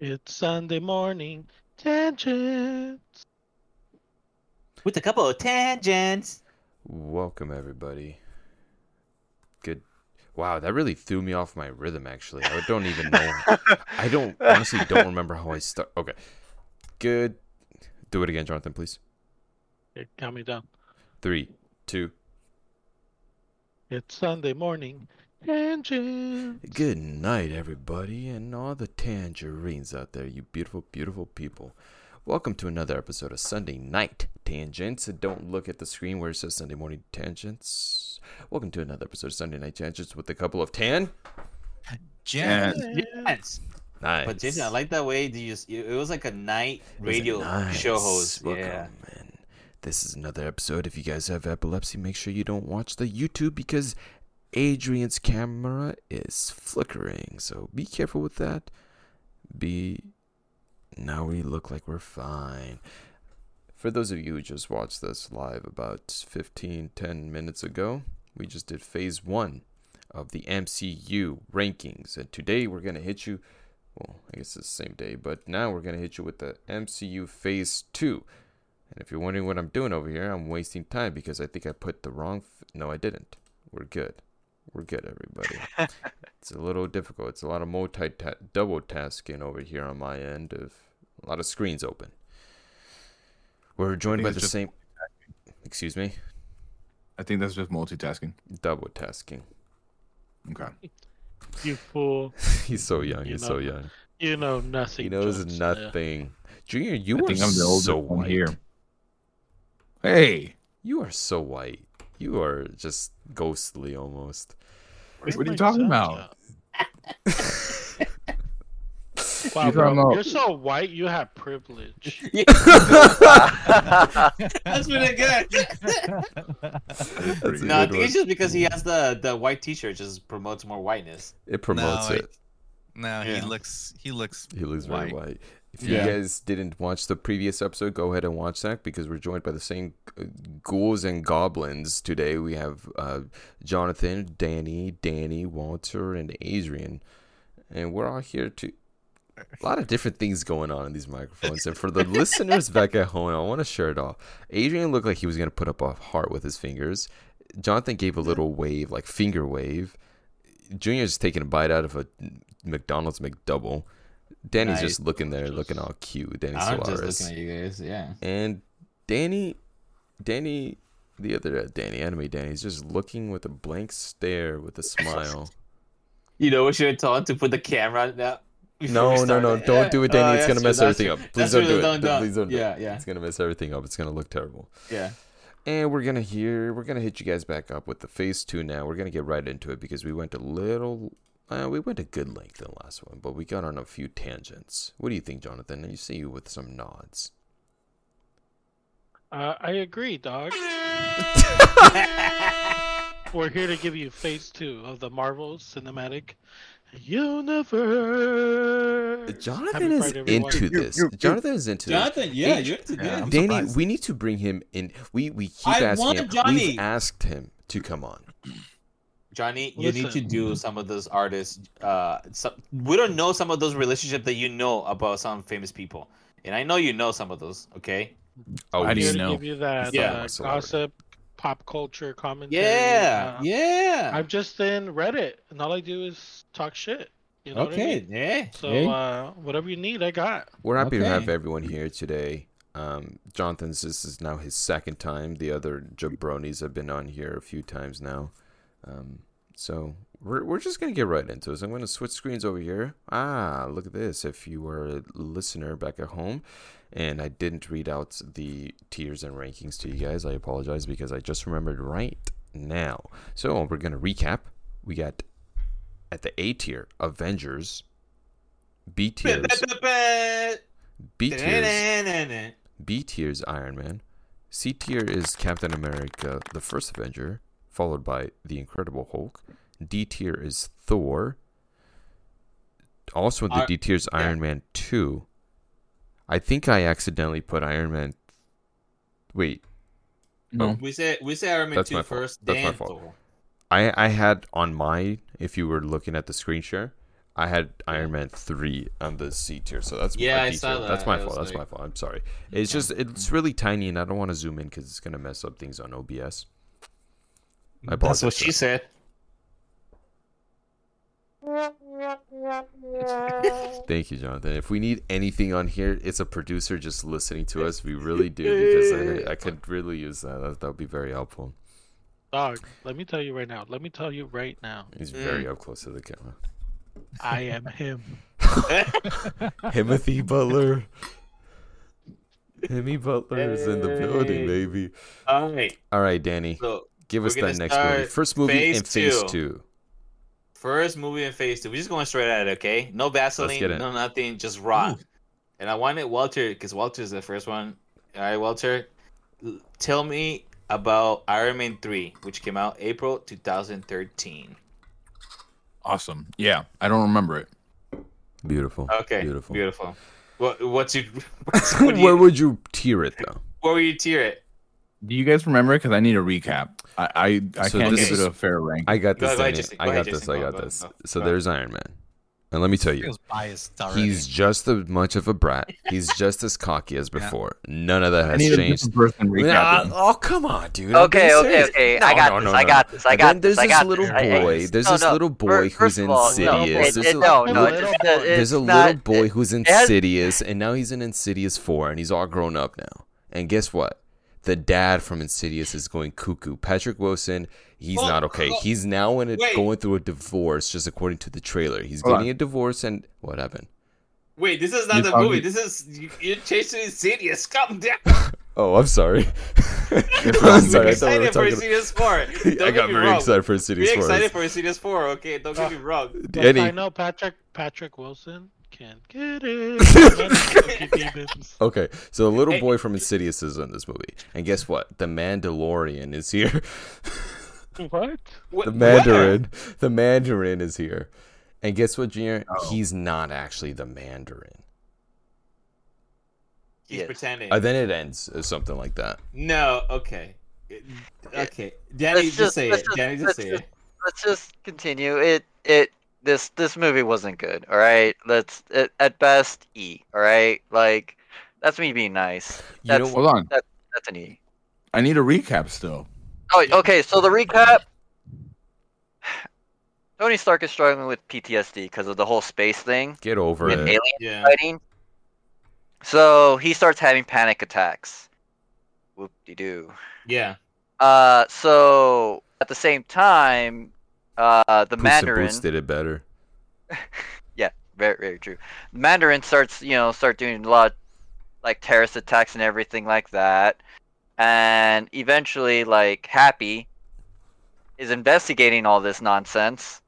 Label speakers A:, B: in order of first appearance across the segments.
A: It's Sunday morning tangents.
B: With a couple of tangents.
C: Welcome everybody. Good. Wow, that really threw me off my rhythm. Actually, I don't even know. I don't honestly don't remember how I start. Okay. Good. Do it again, Jonathan, please.
A: Here, count me down.
C: Three, two.
A: It's Sunday morning tangents.
C: Good night, everybody, and all the tangerines out there, you beautiful, beautiful people. Welcome to another episode of Sunday Night Tangents. And don't look at the screen where it says Sunday Morning Tangents. Welcome to another episode of Sunday Night Tangents with a couple of tan.
B: Gents.
A: Gents.
B: Yes.
C: Nice.
B: But Jason, I like that way. Do you? s- It it was like a night radio
C: Nice.
B: show host.
C: Welcome,
B: Yeah.
C: man. This is another episode. If you guys have epilepsy, make sure you don't watch the YouTube because Adrian's camera is flickering. So be careful with that. Be. Now we look like we're fine. For those of you who just watched this live about 15, 10 minutes ago, we just did phase one of the MCU rankings. And today we're going to hit you well, I guess it's the same day, but now we're going to hit you with the MCU Phase 2. And if you're wondering what I'm doing over here, I'm wasting time because I think I put the wrong. F- no, I didn't. We're good. We're good, everybody. it's a little difficult. It's a lot of multi double tasking over here on my end of a lot of screens open. We're joined
D: think
C: by
D: it's
C: the
D: just
C: same. Excuse me?
D: I think that's just multitasking.
C: Double tasking.
D: Okay.
A: You fool.
C: he's so young.
A: You
C: He's
A: know-
C: so young.
A: You know nothing.
C: He knows
A: Johnson.
C: nothing. Junior, you
D: I
C: are
D: think I'm the oldest
C: so
D: one
C: white.
D: here. Hey,
C: You are so white. You are just ghostly almost.
A: Where's
D: What are you
A: my
D: talking
A: Johnson?
D: about?
A: Wow,
D: You're
A: bro,
D: talking about-
A: you're so white, you have privilege.
B: That's pretty good.
C: That's a
D: pretty
B: no, I
C: good
B: think it's
C: one.
B: just because he has the the white T-shirt, just promotes more whiteness.
C: It promotes
E: No, I-
C: it.
E: No, he
B: Yeah.
E: looks he looks
C: He looks very
E: White.
C: white. If
D: Yeah.
C: you guys didn't watch the previous episode, go ahead and watch that because we're joined by the same uh, ghouls and goblins today. We have uh, Jonathan, Danny, Danny, Walter, and Adrian, and we're all here to. A lot of different things going on in these microphones, and for the listeners back at home, I want to share it all. Adrian looked like he was gonna put up a heart with his fingers. Jonathan gave a little wave, like finger wave. Junior's taking a bite out of a McDonald's McDouble. Danny's
B: Nice.
C: just looking there, looking all cute. Danny
B: I'm
C: Solaris
B: just looking at you guys. Yeah.
C: and Danny, Danny, the other uh, Danny, enemy Danny's just looking with a blank stare with a smile.
B: You know what should I tell him to put the camera down?
C: no, no, no! Don't
B: Oh,
C: do it, Danny. it's gonna mess everything up. Please don't do it.
B: Don't, don't.
C: Please don't. do it.
B: Yeah, yeah,
C: It's gonna mess everything up. It's gonna look terrible.
B: yeah.
C: And we're gonna hear. We're gonna hit you guys back up with the phase two now. We're gonna get right into it because we went a little. Uh, we went a good length in the last one, but we got on a few tangents. What do you think, Jonathan? You see you with some nods.
A: Uh, I agree, dog. We're here to give you phase two of the Marvel Cinematic Universe.
C: Jonathan
A: Happy
C: is
A: Friday, everyone.
C: into this.
E: you- you-
C: Jonathan is into this.
B: yeah,
C: Hey,
B: you're to
E: yeah, I'm
C: Danny,
E: surprised.
C: we need to bring him in. We we keep
B: I
C: asking.
B: want
C: him. We've
B: Johnny.
C: asked him to come on.
B: Johnny, you need to
A: Listen.
B: do some of those artists. Uh, some, we don't know some of those relationships that you know about some famous people, and I know you know some of those. Okay.
C: Oh,
D: How do
A: Here
D: you
A: to
D: know?
A: Give you that
B: Yeah.
A: uh,
C: Celebrity.
A: gossip, pop culture commentary.
B: Yeah.
A: uh,
B: yeah.
A: I'm just in Reddit, and all I do is talk shit. You know what I
B: okay.
A: mean?
B: Yeah.
A: So
B: yeah.
A: uh, whatever you need, I got.
C: We're happy to have
B: Okay.
C: everyone here today. Um, Jonathan's this is now his second time. The other jabronis have been on here a few times now. Um, so we're we're just gonna get right into this. I'm gonna switch screens over here. Ah, look at this. If you were a listener back at home, and I didn't read out the tiers and rankings to you guys, I apologize because I just remembered right now. So we're gonna recap. We got at the A tier Avengers, B tiers. B tiers, B tier's Iron Man. C tier is Captain America: The First Avenger, followed by The Incredible Hulk. D tier is Thor. Also, in the
B: Ar-
C: D tier is Iron Man Two. I think I accidentally put Iron Man. Wait,
D: no.
B: We said we said Iron Man
C: That's
B: two
C: my fault.
B: first.
C: That's my
B: then
C: fault.
B: Thor.
C: I I had on my if you were looking at the screen share, I had Iron Man three on the C tier, so that's
B: Yeah,
C: a
B: I
C: D
B: saw
C: tier. That's
B: that.
C: my
B: It
C: fault.
B: was
C: That's my
B: like-
C: fault. I'm sorry. It's just it's really tiny, and I don't want to zoom in because it's gonna mess up things on OBS.
B: That's
C: I
B: what
C: apologize for
B: she said.
C: that. Thank you, Jonathan. If we need anything on here, it's a producer just listening to us. We really do because I, I could really use that. That that would be very helpful.
A: Dog, let me tell you right now. Let me tell you right now.
C: He's
B: Mm.
C: very up close to the camera.
A: I am him.
C: Timothy Butler. Timmy Butler is in the
B: Hey.
C: building, baby.
B: All right.
C: All right, Danny,
B: So
C: give
B: we're
C: us that
B: gonna
C: next movie.
B: start
C: First movie
B: phase
C: and phase
B: two.
C: two.
B: first movie in phase two. We're just going straight at it, okay? No Vaseline,
C: get it.
B: no nothing, just raw. And I wanted Walter because Walter's the first one. All right, Walter, l- tell me about Iron Man three, which came out April 2013.
D: Awesome. Yeah, I don't remember it.
C: Beautiful.
B: Okay,
C: Beautiful.
B: beautiful, beautiful. What what's your what's, what do you,
C: Where would you tier it though?
B: where were you tier it?
D: Do you guys remember it? Because I need a recap. I I, I
C: So
D: can't
B: this
D: give it
B: is-
D: a fair rank.
C: I got
B: Go
C: this.
B: ahead,
C: Danny.
B: Jason. Go
C: I
B: ahead,
C: got this.
B: Jason.
C: I
B: Go,
C: got
B: go,
C: this.
B: go,
C: So
B: go.
C: there's Iron Man, and let me tell you,
E: Feels biased already.
C: he's just as much of a brat. He's just as cocky as before. None of that
D: I
C: has
D: need a
C: changed.
D: different person
C: I mean, I-
D: recap. it.
C: oh come on, dude! I'm being
F: Okay, okay,
C: serious.
F: okay.
C: No,
F: I got
C: no,
F: this.
C: no,
F: I
C: no,
F: got this. I
C: And
F: got
C: then
F: this.
C: there's
F: I
C: this
F: got
C: little
F: this. I- I-
C: boy. There's
F: no,
C: this
F: no.
C: little boy
F: Fir-
C: who's
F: first of all, No,
A: insidious.
F: it,
C: insidious.
A: There's
F: it,
A: a-
F: no, no, it's,
A: Little
F: it's,
A: boy.
F: it's
C: There's a
F: not,
C: little boy who's
F: has-
C: insidious, and now he's in Insidious 4, and he's all grown up now. And guess what? The dad from Insidious is going cuckoo. Patrick Wilson, he's
B: Well,
C: not okay.
B: well,
C: he's now in a,
B: wait.
C: going through a divorce, just according to the trailer. He's
D: Hold
C: getting a divorce, and what happened?
B: Wait, this is not
D: You
B: the
D: found
B: movie.
D: it.
B: This is you, you changed to Insidious. Calm down.
C: Oh, I'm sorry.
D: I'm
C: I'm sorry. I thought we were
B: excited for
C: talking.
B: Insidious four. Don't
C: I
B: get
C: got
B: me
C: very
B: wrong.
C: excited for
B: Be
C: Insidious 4.
B: excited for Insidious four. Okay, don't get me wrong.
A: But I
C: Danny.
A: know Patrick Patrick Wilson can get it. demons.
C: Okay, so the little
B: Hey.
C: boy from Insidious is in this movie, and guess what? The Mandalorian is here.
A: What?
B: What- where?
C: the
B: Oh.
C: Mandarin. The Mandarin is here. And guess what, Junior? He's not actually the Mandarin.
B: He's
F: Yeah.
B: pretending.
C: And then it ends or something like that.
B: No, okay. It- Okay. Danny, just,
F: just-
B: say
F: let's
B: it.
F: just-
B: Danny, just
F: let's
B: say
F: just-
B: it.
F: let's just continue. It it this this movie wasn't good. All right, let's it, at best E. All right, like that's me being nice.
C: You know
F: That's
D: Hold on.
F: that's an E.
D: I need a recap still.
F: Oh, okay. So the recap. Tony Stark is struggling with PTSD because of the whole space thing
C: Get over
F: with
C: it.
F: alien
B: Yeah.
F: fighting. So he starts having panic attacks. Whoop de doo.
B: Yeah.
F: Uh, so at the same time, uh, the
C: Puss in
F: Mandarin.
C: Boots did it better.
F: very very true. Mandarin starts you know start doing a lot like terrorist attacks and everything like that, and eventually like Happy is investigating all this nonsense,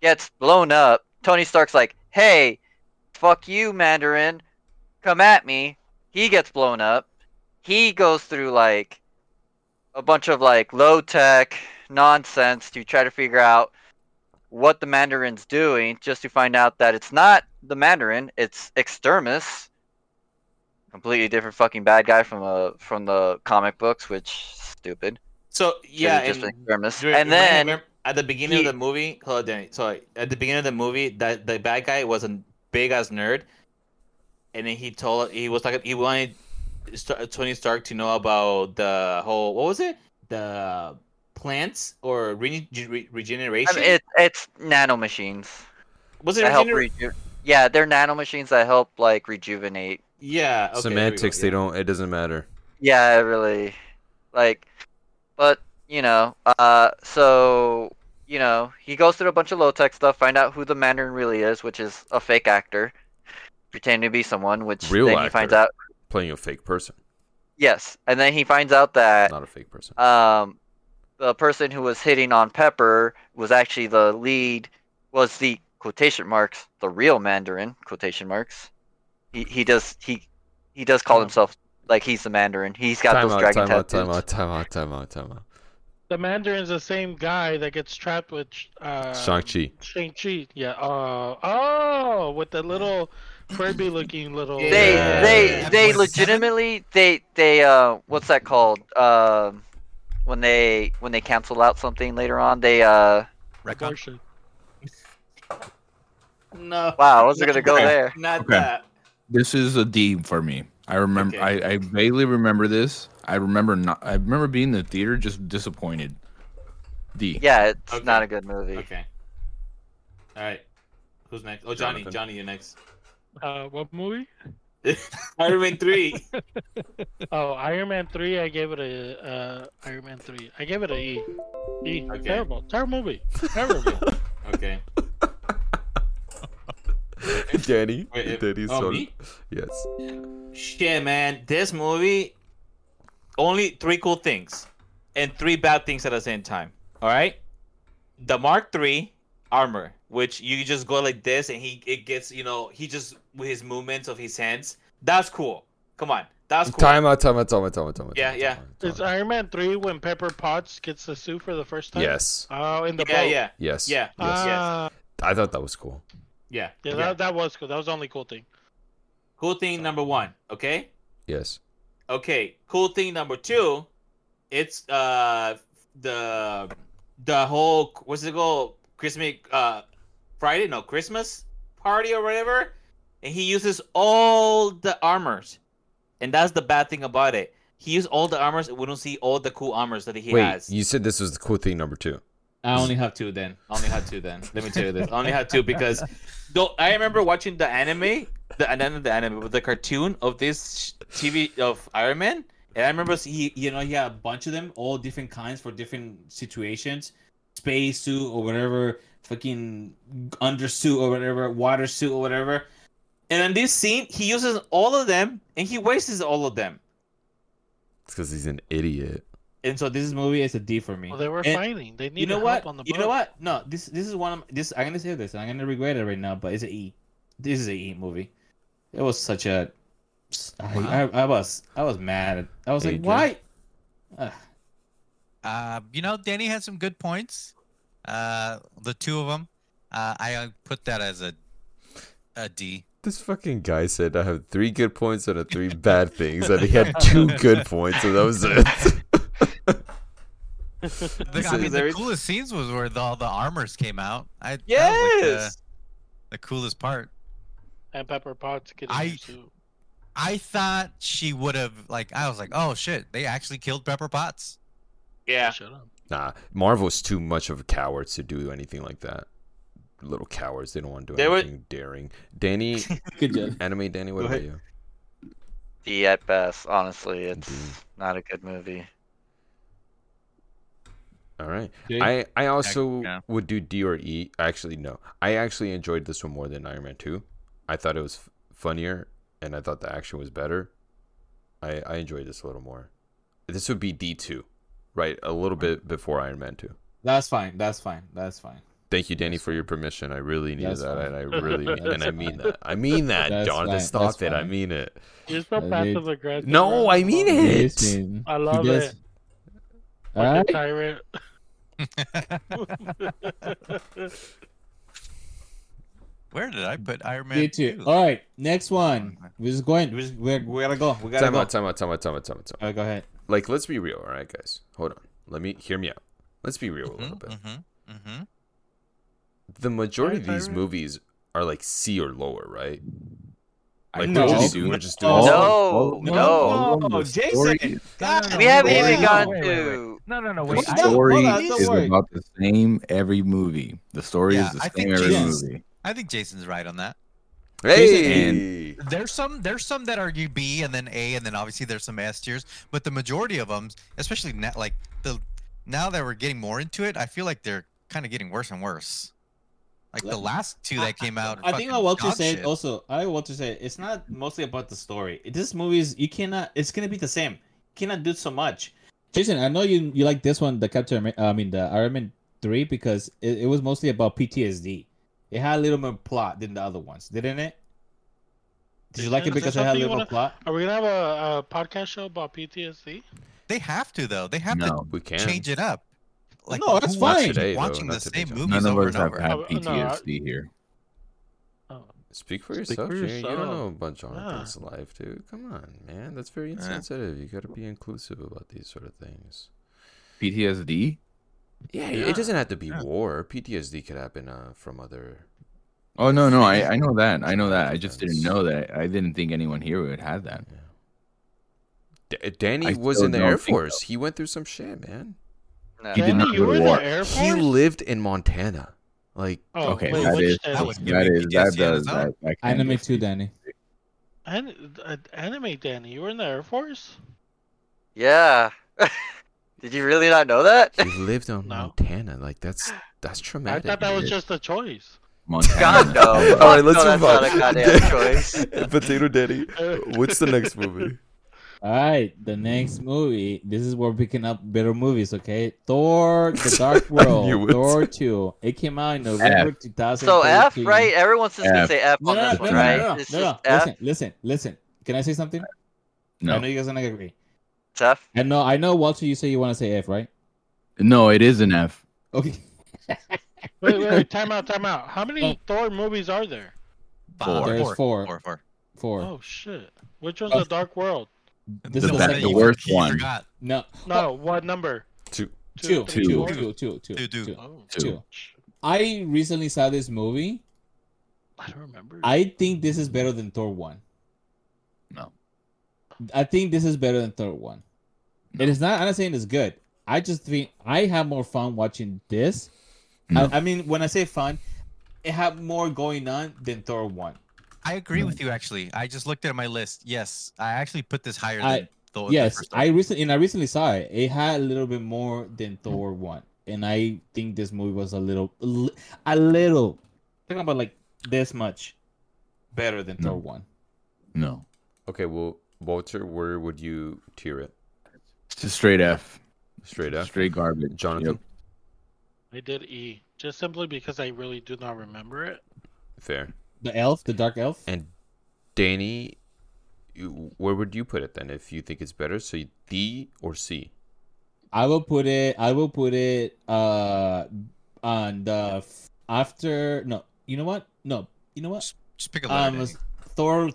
F: gets blown up. Tony Stark's like, "Hey, fuck you, Mandarin, come at me." He gets blown up. He goes through like a bunch of like low tech nonsense to try to figure out what the Mandarin's doing just to find out that it's not the Mandarin, it's Exterminus. Completely different fucking bad guy from uh from the comic books, which stupid.
B: So,
F: Should've
B: yeah.
F: just
B: And,
F: been Exterminus.
B: during-
F: And
B: remember-
F: then
B: remember at the beginning
F: he-
B: of the movie, hold on, Danny. Sorry. At the beginning of the movie, that the bad guy was a big ass nerd. And then he told, he was like, he wanted Star- Tony Stark to know about the whole, what was it? The plants or regen- re-
F: I
B: regeneration?
F: mean, it, it's nano machines
B: was it
F: that help
B: regeneration?
F: reju- Yeah, they're nano machines that help like rejuvenate.
B: yeah. Okay, there we go,
C: Semantics, they
B: yeah.
C: don't it doesn't matter.
F: Yeah, really. Like, but you know, uh, so you know, he goes through a bunch of low tech stuff, find out who the Mandarin really is, which is a fake actor pretending to be someone. Which
C: Real
F: then he finds
C: actor.
F: out.
C: Playing a fake person.
F: Yes, and then he finds out
B: Uh,
F: that
C: Not a fake person.
F: um, the person who was hitting on Pepper was actually the lead, was the quotation marks the real Mandarin quotation marks. He he does he he does call
A: Um,
F: himself like he's the Mandarin. He's got
C: Time
F: those
C: out,
F: dragon
C: time out,
F: tattoos.
C: time out, time out, time out, time out.
A: The Mandarin's the same guy that gets trapped with uh,
C: Shang-Chi.
A: Shang Chi. Yeah. Uh, oh, with the little Furby looking little. uh,
F: they
B: Yeah.
F: they
B: Yeah.
F: they
E: Episode
F: legitimately they they uh what's that called um when they when they cancel out something later on they uh
E: Recon.
A: Abortion.
B: No.
F: Wow, I wasn't gonna go
B: Okay.
F: there.
B: Not
D: Okay.
B: that.
D: This is a D for me. I remember.
B: Okay.
D: I, I vaguely remember this. I remember not. I remember being in the theater just disappointed. D.
F: Yeah, it's
B: Okay.
F: not a good movie.
B: Okay. All right. Who's next? Oh, Johnny.
D: Jonathan.
B: Johnny, you're next.
A: Uh, what movie?
B: Iron Man three.
A: Oh, Iron Man three. I gave it a uh, Iron Man three. I gave it a E. E.
B: Okay.
A: Terrible. Terrible movie. Terrible.
B: Okay.
C: Danny.
B: Wait, it-
C: Danny's
B: oh,
C: on-
B: me?
C: Yes.
B: Shit, man. This movie only three cool things and three bad things at the same time. All right. The Mark III armor, which you just go like this, and he it gets you know he just with his movements of his hands. That's cool. Come on, that's cool.
C: Time out, time out, time out, time out, time out.
B: Yeah,
C: time
B: yeah.
C: out, time out,
A: It's
C: time out.
A: Iron Man three when Pepper Potts gets the suit for the first time.
C: Yes.
A: Oh, in the
B: yeah,
A: boat.
B: yeah,
C: Yes.
B: Yeah.
C: Yes.
A: Ah,
C: I thought that was cool.
B: yeah,
A: yeah,
B: yeah.
A: That, that was cool. That was the only cool thing.
B: Cool thing number one. Okay.
C: Yes.
B: Okay, cool thing number two, it's uh the the whole what's it called Christmas uh Friday no Christmas party or whatever, and he uses all the armors, and that's the bad thing about it. He used all the armors, and we don't see all the cool armors that he
C: Wait,
B: has.
C: you said this was the cool thing number two.
B: I only have two then. I only have two then. Let me tell you this. I only have two because though I remember watching the anime, the and then the anime, but the cartoon of this sh- TV of Iron Man, and I remember he, you know, he had a bunch of them, all different kinds for different situations, space suit or whatever, fucking undersuit or whatever, water suit or whatever. And in this scene, he uses all of them and he wastes all of them.
C: It's because he's an idiot.
B: And so this movie is a D for me.
A: Well, they were
B: And-
A: fighting. They needed
B: you know
A: help
B: what?
A: on the boat.
B: You know what? No, this this is one of my- this. I'm gonna say this, and I'm gonna regret it right now. But it's a E. This is a E movie. It was such a. I I, I was I was mad. I was
C: Adrian?
B: like, why? Ugh.
E: Uh, you know, Danny had some good points. Uh, the two of them. Uh, I uh, put that as a a D.
C: This fucking guy said I have three good points out of three bad things, and he had two good points, so that was it.
E: The, I
C: So
E: mean,
B: there
E: the
B: is-
E: coolest scenes was where the, all the armors came out. I that was, like, the-
B: yes.
E: the coolest part.
A: And Pepper Potts getting
E: I-
A: her suit.
E: I thought she would have like I was like, oh shit, they actually killed Pepper Potts.
B: yeah.
A: Shut up.
C: nah, Marvel's too much of a coward to do anything like that. Little cowards, they don't want to do
B: They were-
C: anything daring. Danny,
B: Good job.
C: anime Danny, what
B: Go
C: about
B: ahead.
C: you?
F: D at best. Honestly, it's
C: Indeed.
F: not a good movie.
C: All right.
B: Okay.
C: I, I also
D: yeah.
C: would do D or E. Actually, no. I actually enjoyed this one more than Iron Man 2. I thought it was f- funnier and I thought the action was better. I, I enjoyed this a little more. This would be D2, right? A little bit before Iron Man 2.
B: That's fine. That's fine. That's fine.
C: Thank you, Danny, for your permission. I really needed
B: That's
C: that.
B: fine.
C: And I really mean, and I
B: That's
C: mean
B: fine.
C: that. I mean that,
B: That's
C: Jonathan.
B: fine.
C: Stop
B: That's
C: it. I
B: fine.
C: mean it.
A: You're so
G: I did-
A: passive aggressive.
C: No,
A: bro.
C: I mean
A: love
C: it.
A: I love it.
G: All
A: Fucking tyrant.
E: Where did I put Iron Man?
G: Me too.
E: 2?
B: Oh.
G: All right, next one. We're just going. We're, just, we're, we gotta go. We gotta
C: Time
G: go.
C: out, time out, time out, time out, time out, time out.
G: Uh, go ahead.
C: Like, let's be real. All right, guys. Hold on. Let me hear me out. Let's be real a little bit.
E: Mhm, mhm.
C: the majority of
A: Sorry,
C: these
A: Tyra?
C: movies are like C or lower, right? Like
D: know.
C: we're just, we're just doing
G: No.
F: No,
G: no,
F: no.
D: All of
B: no,
D: the
B: Jason!
D: story-
B: God,
F: We haven't even
G: Wait,
F: gotten
G: wait,
F: to.
G: No, no, no.
D: The
G: Wait.
B: I-
D: story
B: Hold on, don't
D: is
B: worry.
D: about the same every movie. The story
E: Yeah,
D: is
E: I
D: the
E: think
D: same every
E: Jesus-
D: movie.
E: I think Jason's right on that.
C: Hey,
E: There's some there's some that are B and then A and then obviously there's some S tiers, but the majority of them, especially now, like the now that we're getting more into it, I feel like they're kind of getting worse and worse. Like the
B: Let-
E: last two
B: I-
E: that came out. are
B: I think
E: fucking
B: what Walter
E: dog
B: said
E: shit.
B: also. I like Walter said it's not mostly about the story. This movie is you cannot. It's gonna be the same. You cannot do so much.
G: Jason, I know you you like this one, the Captain. Amer- I mean, the Iron Man three, because it, it was mostly about PTSD. It had a little more plot than the other ones, didn't it? Did you like it
A: Is there
G: because it had a
A: something you
G: little more
A: wanna-
G: plot?
A: Are we gonna have a, a podcast show about PTSD?
E: They have to though. They have
D: No,
C: we can
E: to change it up. Like
G: No, that's
E: who
G: fine. Not
E: wants to keep
C: today, though,
E: watching
C: not
E: the
C: today,
E: same
C: John.
E: movies
D: None of
E: over and
D: us have
E: over.
D: had
A: Oh, no, I-
D: PTSD here.
A: Oh,
C: Speak for
A: Speak
C: yourself.
A: for
C: you, ain't- you don't
A: yourself.
C: know about Jonathan's
A: Yeah.
C: life, dude. Come on, man. That's very insensitive. You got to be inclusive about these sort of things.
D: PTSD?
C: Yeah,
A: Yeah.
C: it doesn't have to be
E: Yeah.
C: war. PTSD could happen uh, from other
D: Oh no, no, I, I know that. I know that. I just didn't know that. I didn't think anyone here would have that.
C: D- uh, Danny
D: I
C: was
D: still
C: in the
D: don't
C: Air
D: think
C: Force. He went through some shit, man.
F: No.
D: He did
A: Danny,
D: not
A: you
D: go
A: were
D: to
A: in
D: war.
A: the Air
C: He
A: Force.
C: lived in Montana. Like,
A: Oh,
D: okay,
A: wait,
D: that
A: which
D: is-
E: that
A: Danny?
E: was-
D: That is that
E: PTSD on
D: does
E: its own.
D: that. that can
B: Anime
D: just
B: too,
D: be-
B: Danny.
A: An- uh, anime Danny, you were in the Air Force.
F: Yeah. did you really not know that?
C: he lived on
A: No.
C: Montana. Like, that's that's
A: I
C: traumatic.
A: thought that was
C: dude.
A: just a choice.
D: Montana.
F: God no.
C: All right, Oh, let's
F: no,
C: move
F: that's
C: on.
F: Not a goddamn choice.
C: Potato Daddy.
A: Uh,
C: What's the next movie?
B: All right, the next movie. This is where we're picking up better movies, okay? Thor: The Dark
C: knew
B: World,
C: it.
B: Thor Two. It came out in November 2000.
F: So F, right? Everyone's just gonna
D: F.
F: say F
B: No,
F: on
B: no,
F: this
B: no,
F: one,
B: no,
F: right?
B: no, no,
F: It's
B: no,
F: just
B: no.
F: F.
B: Listen, listen, listen. Can I say something? I know
D: No,
B: you guys don't agree.
F: It's F.
B: I know, I know, Walter. You say you want to say F, right?
D: no, it is an F.
B: Okay.
A: wait, wait, time out, time out. How many Thor movies are there?
E: Four.
B: There's four.
E: Four, four.
B: Four.
A: Oh shit! Which one's the Dark World?
B: This
D: The
B: is
E: one
D: bad-
E: that
D: the
E: you-
D: worst
E: you
D: one.
E: Forgot.
B: No,
A: No, what number?
C: Two.
B: two,
A: three,
B: two,
A: four?
B: two, two, two,
E: Two, two.
B: two.
A: Oh,
D: Two.
B: Two. I recently saw this movie.
A: I don't remember.
B: I think this is better than Thor one.
D: No.
B: I think this is better than Thor one. It is not. I'm not saying it's good. I just think I have more fun watching this.
D: No.
B: I, I mean, when I say fun, it had more going on than Thor one.
E: I agree with you. Actually, I just looked at my list. Yes, I actually put this higher
B: I-
E: than the the
B: yes,
E: first one.
B: I recently and I recently saw it. It had a little bit more than Thor one, and I think this movie was a little, a li- a little, talking about like this much better than
D: No.
B: Thor one.
D: No,
C: Okay, well, Walter, where would you tier it?
D: it's a straight F.
C: Straight up.
D: Straight garbage.
C: Jonathan.
D: Yep.
A: I did E, just simply because I really do not remember it.
C: Fair.
B: The elf, the dark elf.
C: And Danny, you- where would you put it then? If you think it's better, so you- D or C?
B: I will put it. I will put it. Uh, on the f- after. No, you know what? No, you know what?
E: Just- Just pick a letter.
B: Um,
E: Danny.
B: Thor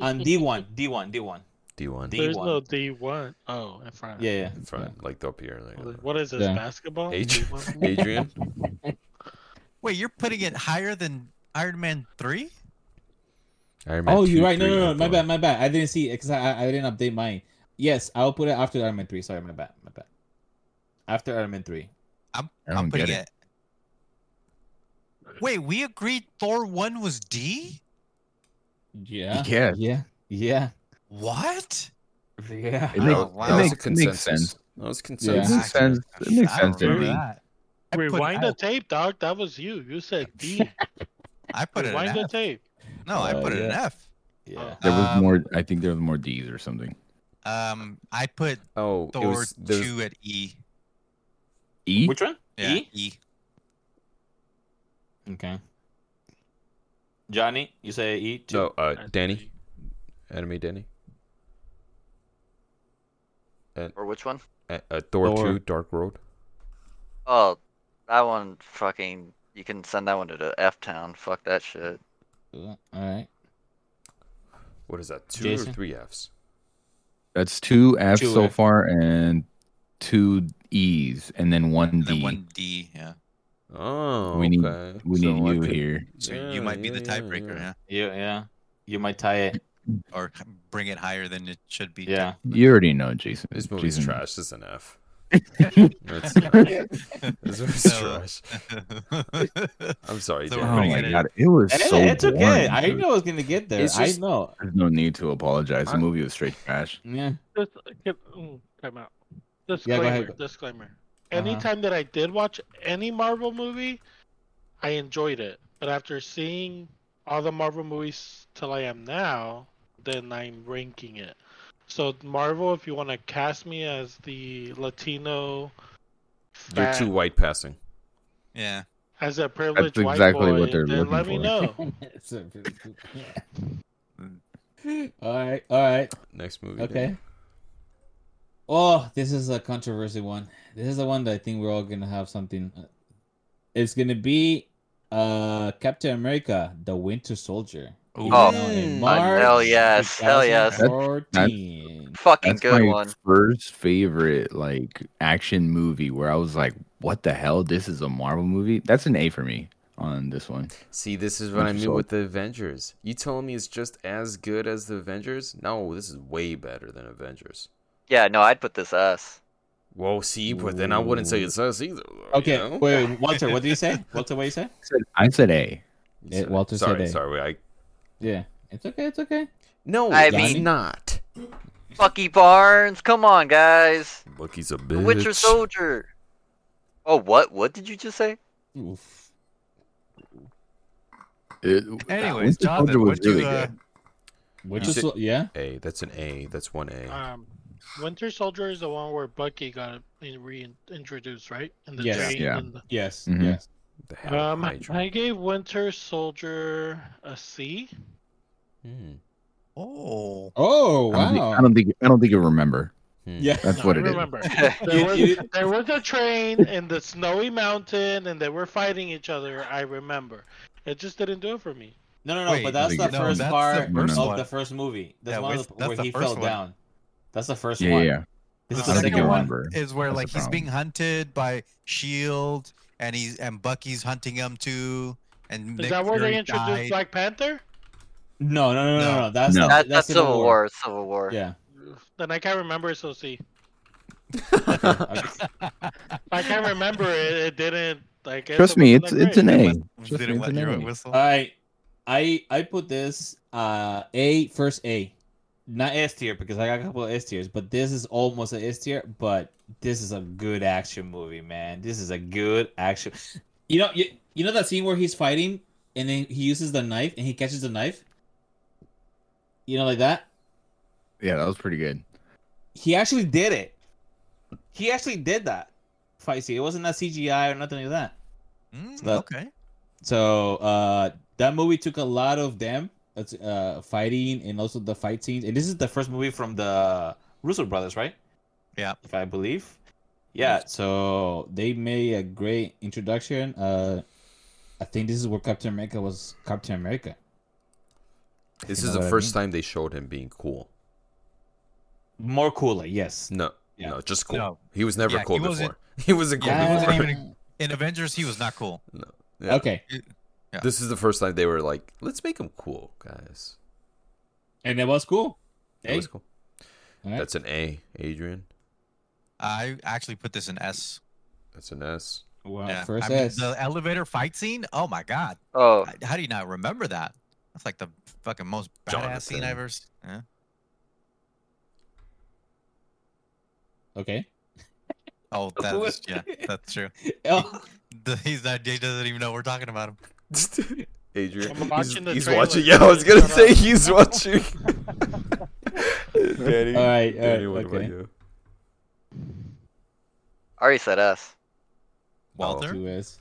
B: on D one, D one, D one.
C: D one.
B: D-
A: There's
B: D1.
A: no D one. Oh, in front.
B: Yeah, yeah.
C: in front, like they'll appear. Like,
A: What is this
B: Yeah.
A: basketball?
C: Adri-
A: D1?
C: Adrian,
E: Wait, you're putting it higher than Iron Man three?
C: Iron Man
B: Oh, you're
C: two,
B: right. No,
C: three,
B: no, no.
C: and
B: My
C: four.
B: bad, my bad. I didn't see it because I, I I didn't update mine. Yes, I'll put it after Iron Man three. Sorry, my bad, my bad. After Iron Man three.
E: I'm
D: I don't
E: I'm putting
D: get
E: it. Wait, we agreed Thor one was D.
B: Yeah.
D: Yeah.
B: Yeah. Yeah.
E: What?
B: Yeah.
D: It
E: Oh,
D: makes,
E: wow.
D: it
C: That was a
D: makes, it makes
C: consensus.
D: sense.
C: That was
B: Yeah.
D: It
C: consensus.
D: makes sense. It makes
E: I don't
D: sense to me.
E: remember that. I put
A: Rewind
E: it
A: the
E: out.
A: tape, dog. That was you. You said D.
E: I put it
A: Rewind
E: an
A: the
E: F.
A: tape.
E: No, I
B: Uh,
E: put it an
B: yeah.
E: F.
B: Yeah.
D: There was
E: Um,
D: more. I think there was more D's or something.
E: Um, I put
C: Oh, it
E: Thor
C: was there was
E: two at E.
D: E.
H: Which one?
E: Yeah,
H: E?
E: E.
B: Okay.
H: Johnny, you say E too?
C: no uh, Danny, enemy Danny,
F: Or which one?
C: uh, uh, Thor,
B: Thor.
C: two, Dark World.
F: Oh, that one fucking. You can send that one to the F town. Fuck that shit.
B: All right.
C: What is that? Two or
B: Jason?
C: three Fs?
D: That's two F's
B: Two
D: so
B: F.
D: far and two E's and then one
E: And then
D: D.
E: one D. Yeah.
C: Oh,
D: We need-
C: okay.
D: we
C: So
D: need
C: I
D: you
C: could-
D: here.
E: So
C: Yeah,
E: you might be the
C: yeah, yeah,
E: tiebreaker,
C: yeah.
E: yeah.
H: You, yeah. You might tie it.
E: Or h- bring it higher than it should be.
H: Yeah.
D: You already know, Jason.
C: This movie's
D: Jason-
C: trash. This is an F. That's, this movie's
E: So-
C: trash. I'm sorry,
E: So
C: Dan.
E: we're
D: Oh
E: putting
D: my
E: it in.
D: god, it was
B: Hey,
D: so
B: it's okay.
D: boring,
B: I
D: dude.
B: didn't know I was gonna get there.
C: It's
B: I
C: just-
B: know.
D: There's no need to apologize. The
C: I-
D: movie was straight trash.
B: Yeah.
A: Just, get- mm, time out.
B: go
A: Disclaimer.
B: ahead.
A: Disclaimer.
B: Uh-huh.
A: Anytime that I did watch any Marvel movie, I enjoyed it. But after seeing all the Marvel movies till I am now, then I'm ranking it. So Marvel, if you want to cast me as the Latino,
C: You're
A: fat-
C: too white passing.
E: Yeah.
A: as a privileged white
D: exactly
A: boy,
D: what they're
A: then let
D: looking
A: me
D: for.
A: know.
B: So- all right. All right.
C: Next movie. Dan.
B: Okay. Oh, this is a controversy one. This is the one that I think we're all gonna have something. uh, It's gonna be uh Captain America: The Winter Soldier.
E: Ooh.
F: Oh,
B: In
C: Mm.
B: March
F: hell yes, hell yes.
B: 2014.
F: Fucking
D: That's
F: good
D: my
F: one.
D: first favorite like action movie where I was like, "What the hell? This is a Marvel movie." That's an A for me. on this one.
C: See, this is what I
D: Which
C: mean
D: song?
C: with the Avengers. You telling me it's just as good as the Avengers? No, this is way better than Avengers.
F: Yeah, no, I'd put this us.
C: Whoa, see, but then I wouldn't say
D: Ooh.
C: it's us either.
B: Okay,
C: you know?
B: wait, wait, Walter, what did you say? Walter, what did you say?
D: I said A.
C: You
B: Eh,
C: said-
B: Walter said
C: sorry,
B: A.
C: sorry. I
B: Yeah, it's okay, it's okay.
C: no,
F: I
C: it's
F: mean-
C: not.
F: Bucky Barnes, come on, guys.
C: Bucky's a
F: The
C: bitch.
F: Witcher Soldier. Oh, what? What did you just say?
B: Oof.
D: It,
E: Anyways,
D: Winter Soldier
E: Jonathan, what do you, uh,
B: Which
C: You
B: is
C: said-
B: so- yeah.
C: A. That's an A. That's one A.
A: Um, Winter Soldier is the one where Bucky got in- reintroduced, right? In the
B: Yes.
A: train
D: Yeah.
A: and the-
B: Yes.
D: Mhm.
B: Yes.
C: the hell
A: Um,
C: Hydra.
A: I gave Winter Soldier a C.
C: Hmm,
E: oh,
B: Oh
D: I don't, think,
B: wow.
D: I don't think I don't think you remember.
C: hmm.
B: Yeah.
D: That's
A: No,
D: what
A: I
D: it is.
A: remember.
B: You-
A: There was,
B: you-
A: there was a train in the snowy mountain and they were fighting each other. I remember. It just didn't do it for me.
B: No, no, no.
E: Wait,
B: but that's
D: no,
B: the first
E: that's the
B: part
D: first
B: of
E: one.
B: the first movie. That's
E: Yeah,
B: one
E: which-
B: of the,
E: that's
B: where
E: the
B: he
E: first
B: fell
E: one.
B: down. That's the first
D: Yeah, yeah,
B: one.
D: yeah.
B: This is the
E: the
D: I don't think I
E: second
B: second one.
D: remember.
E: is where
D: That's
E: like
D: the
E: he's
D: problem.
E: being hunted by Shield, E and he's and Bucky's hunting him too. And
A: Is
E: Nick
A: that where
E: Fury
A: they introduced
E: died.
A: Black Panther?
B: No, no, no, no, no.
E: No.
B: no. That's
D: No.
B: the-
F: That, that's
B: Civil
F: Civil War. Civil War.
B: Yeah.
A: Then I can't remember it, so C.
B: Okay.
A: If I can't remember it. It didn't. Like,
D: Trust me, it's it's an A. Trust me,
E: Didn't
D: it's
E: wet
D: an
E: your
D: A.
E: whistle.
C: Uh,
B: All right. I I put this uh A first A. Not S tier because I got a couple of S tiers, but this is almost an S tier, but this is a good action movie, man. This is a good action. You know you, you know that scene where he's fighting and then he uses the knife and he catches the knife? You know like that?
D: Yeah, that was pretty good.
B: He actually did it. He actually did that. Fight scene. It wasn't that CGI or nothing like that.
E: Mm,
B: that-
E: okay.
B: So uh, that movie took a lot of them it's, uh, fighting and also the fight scenes. And this is the first movie from the Russo brothers, right?
E: Yeah.
B: if I believe. Yeah, so they made a great introduction. Uh, I think this is where Captain America was Captain America.
C: This
B: You know
C: is the
B: what I
C: first time they showed him being cool.
B: More cooler, yes.
C: No,
B: Yeah.
C: no, just cool.
E: No.
C: He was never
E: Yeah,
C: cool
E: he wasn't-
C: before. He wasn't cool
E: Yeah, he wasn't
C: before.
E: even In Avengers, he was not cool.
C: Yeah.
B: Okay,
E: Yeah.
C: This is the first time they were like, "Let's make him cool, guys."
B: and it was cool.
C: That
B: Hey,
C: was cool.
B: alright.
C: That's an A, Adrian.
E: I actually put this in S.
C: That's an S.
B: Wow,
E: Yeah.
B: first
E: I mean,
B: S.
E: The elevator fight scene. Oh my god!
F: Oh,
E: I- How do you not remember that? That's like the fucking most badass scene
C: Jonathan.
E: I've ever. Seen. Yeah.
B: Okay.
E: Oh,
B: Who was-
E: that's yeah, that's true.
B: Oh,
E: The, he's not, he doesn't even know we're talking about him.
C: Adrian,
A: I'm
C: he's-
A: watching the
C: he's,
A: trailer.
C: watching. Yeah, I was gonna
A: Shut
C: say
A: up.
C: he's watching. Danny,
B: all right, all right,
C: Danny, what about
B: okay.
C: you?
F: I already said us.
E: Walter,
B: Two S.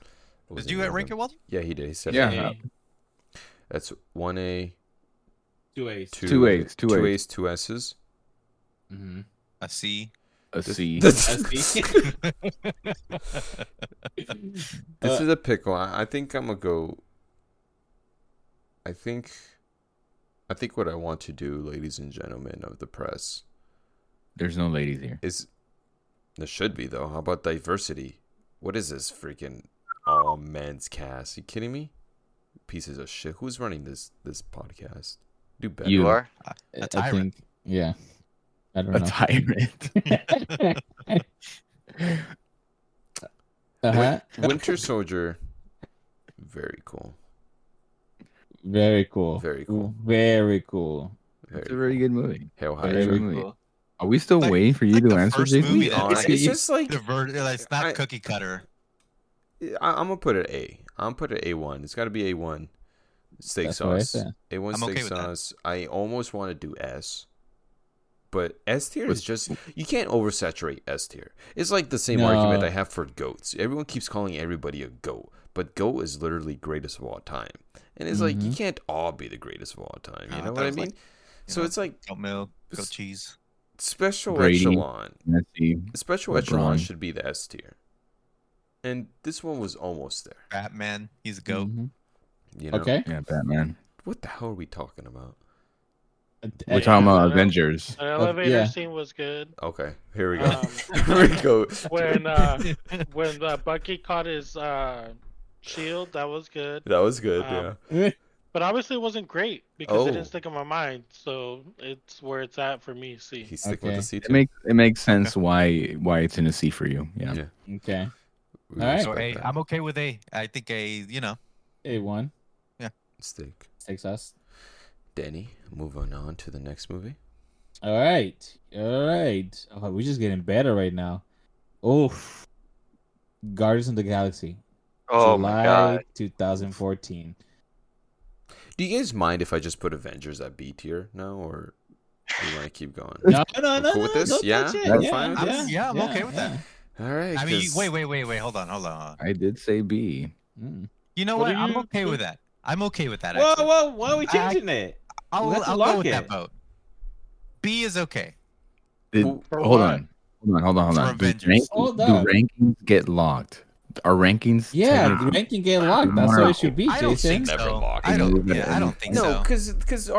C: What was
E: did you
C: it,
E: uh,
C: Walter?
E: rank it, Walter?
C: Oh, Yeah, he did. He said
D: Yeah.
C: A.
B: A.
C: That's one A,
B: Two A's.
C: two,
D: Two A's, two
C: two
D: A's.
C: A's, two S's.
B: Mm-hmm.
E: A C.
D: A
C: This-
D: C.
C: This, This
B: Uh,
C: is a pickle. I I think I'm gonna go. I think, I think what I want to do, ladies and gentlemen of the press,
D: There's no ladies here.
C: is there should be though. How about diversity? What is this freaking all men's cast? You kidding me? Pieces of shit. Who's running this this podcast? Do better.
D: You.
F: You are.
E: A
B: I- I
E: tyrant.
B: think, yeah. I don't
D: A
B: know.
D: tyrant.
B: uh-huh.
C: Winter Soldier. Very cool.
B: Very cool.
C: Very cool.
B: Very cool.
C: Very
D: It's a very good movie.
C: Hail
D: Very
C: Hydra.
D: good movie. Are we still
E: Like-
D: waiting for you
E: like
D: to
E: the
D: answer,
E: first
D: JP?
E: movie
C: We
E: that-
C: are. It's just like
E: The ver- uh, it's not
C: I-
E: cookie cutter.
C: I, I'm gonna put it A. I'm gonna put it A one. It's gotta be A one steak
B: That's what I
C: sauce.
B: said.
C: A one
E: I'm
C: steak
E: okay with that.
C: sauce. I almost want to do S, but S tier
D: With-
C: is just you can't oversaturate S tier. It's like the same
B: No.
C: argument I have for goats. Everyone keeps calling everybody a goat, but goat is literally greatest of all time, and it's like you
B: Mhm.
C: can't all be the greatest of all time. You
E: No, I
C: know
E: thought
C: what I
E: it Ah, was
C: mean?
E: like, you
C: so
E: know,
C: it's like
E: Goat milk, goat
C: It's-
E: cheese.
C: special
D: Brady.
C: echelon.
D: Let's see.
C: Special
D: LeBron.
C: echelon should be the S tier, and this one was almost there.
E: Batman, he's a
C: Mm.
E: goat.
B: Mhm.
C: You know?
B: Okay.
D: Yeah, Batman.
C: What the hell are we talking about?
D: We're
A: Hey,
D: talking about
A: yeah.
D: Avengers.
A: The elevator
B: yeah.
A: scene was good.
C: Okay, here we go.
E: Uh,
A: Um,
C: here we go.
A: when uh, when uh, Bucky caught his uh, Shield, that was good,
C: That was good.
E: uh,
A: Um,
C: yeah.
A: but obviously it wasn't great because it
C: Oh.
A: didn't stick in my mind. So it's where it's at for me. Oh, See,
C: He's sticking
B: okay.
C: with the C
D: It makes it makes sense why why it's in a C for you. Yeah.
C: Yeah.
B: Okay.
C: We
B: All right.
E: So A,
C: respect that.
E: I'm okay with A. I think A, you know,
B: A one
C: Stick.
B: takes us.
C: Danny, moving on to the next movie.
B: All right. All right. Oh, we're just getting better right now. Oh, Guardians of the Galaxy.
F: Oh
B: July
F: my god.
B: 2014.
C: Do you guys mind if I just put Avengers at B tier now, or do you want to keep going?
B: No, no,
C: We're
B: no.
C: cool
B: no,
C: with this?
B: don't
C: Yeah?
B: touch it.
C: We're
B: Yeah,
C: fine with
B: yeah,
E: this? Yeah, I'm okay with that.
C: All right.
E: I mean, you-
C: 'cause-
E: wait, wait, wait, wait. Hold on, hold on.
D: I did say B.
B: Mm.
E: You know
A: What
E: what?
A: do
E: I'm
A: you
E: okay with
A: think?
E: that. I'm okay with that.
B: Whoa,
E: actually.
B: whoa, why are we
E: I-
B: changing it?
E: I'll,
B: let's
E: I'll
B: lock
E: go with
B: it.
E: that vote. B is okay.
D: Did,
C: Well,
A: for
D: hold
A: what?
D: on. Hold on, hold on, hold
E: For
D: on. Do,
E: Avengers.
D: rank,
B: Hold
D: do
B: up.
D: rankings get locked? Are rankings
B: Yeah,
D: taken
B: the ranking get locked. That's what it should be,
E: I don't
B: Jason.
E: think
C: Never
E: so.
C: lock
E: I
D: it.
E: don't.
D: Move it
E: Yeah, I
D: in.
E: don't think
C: no,
E: so.
C: because because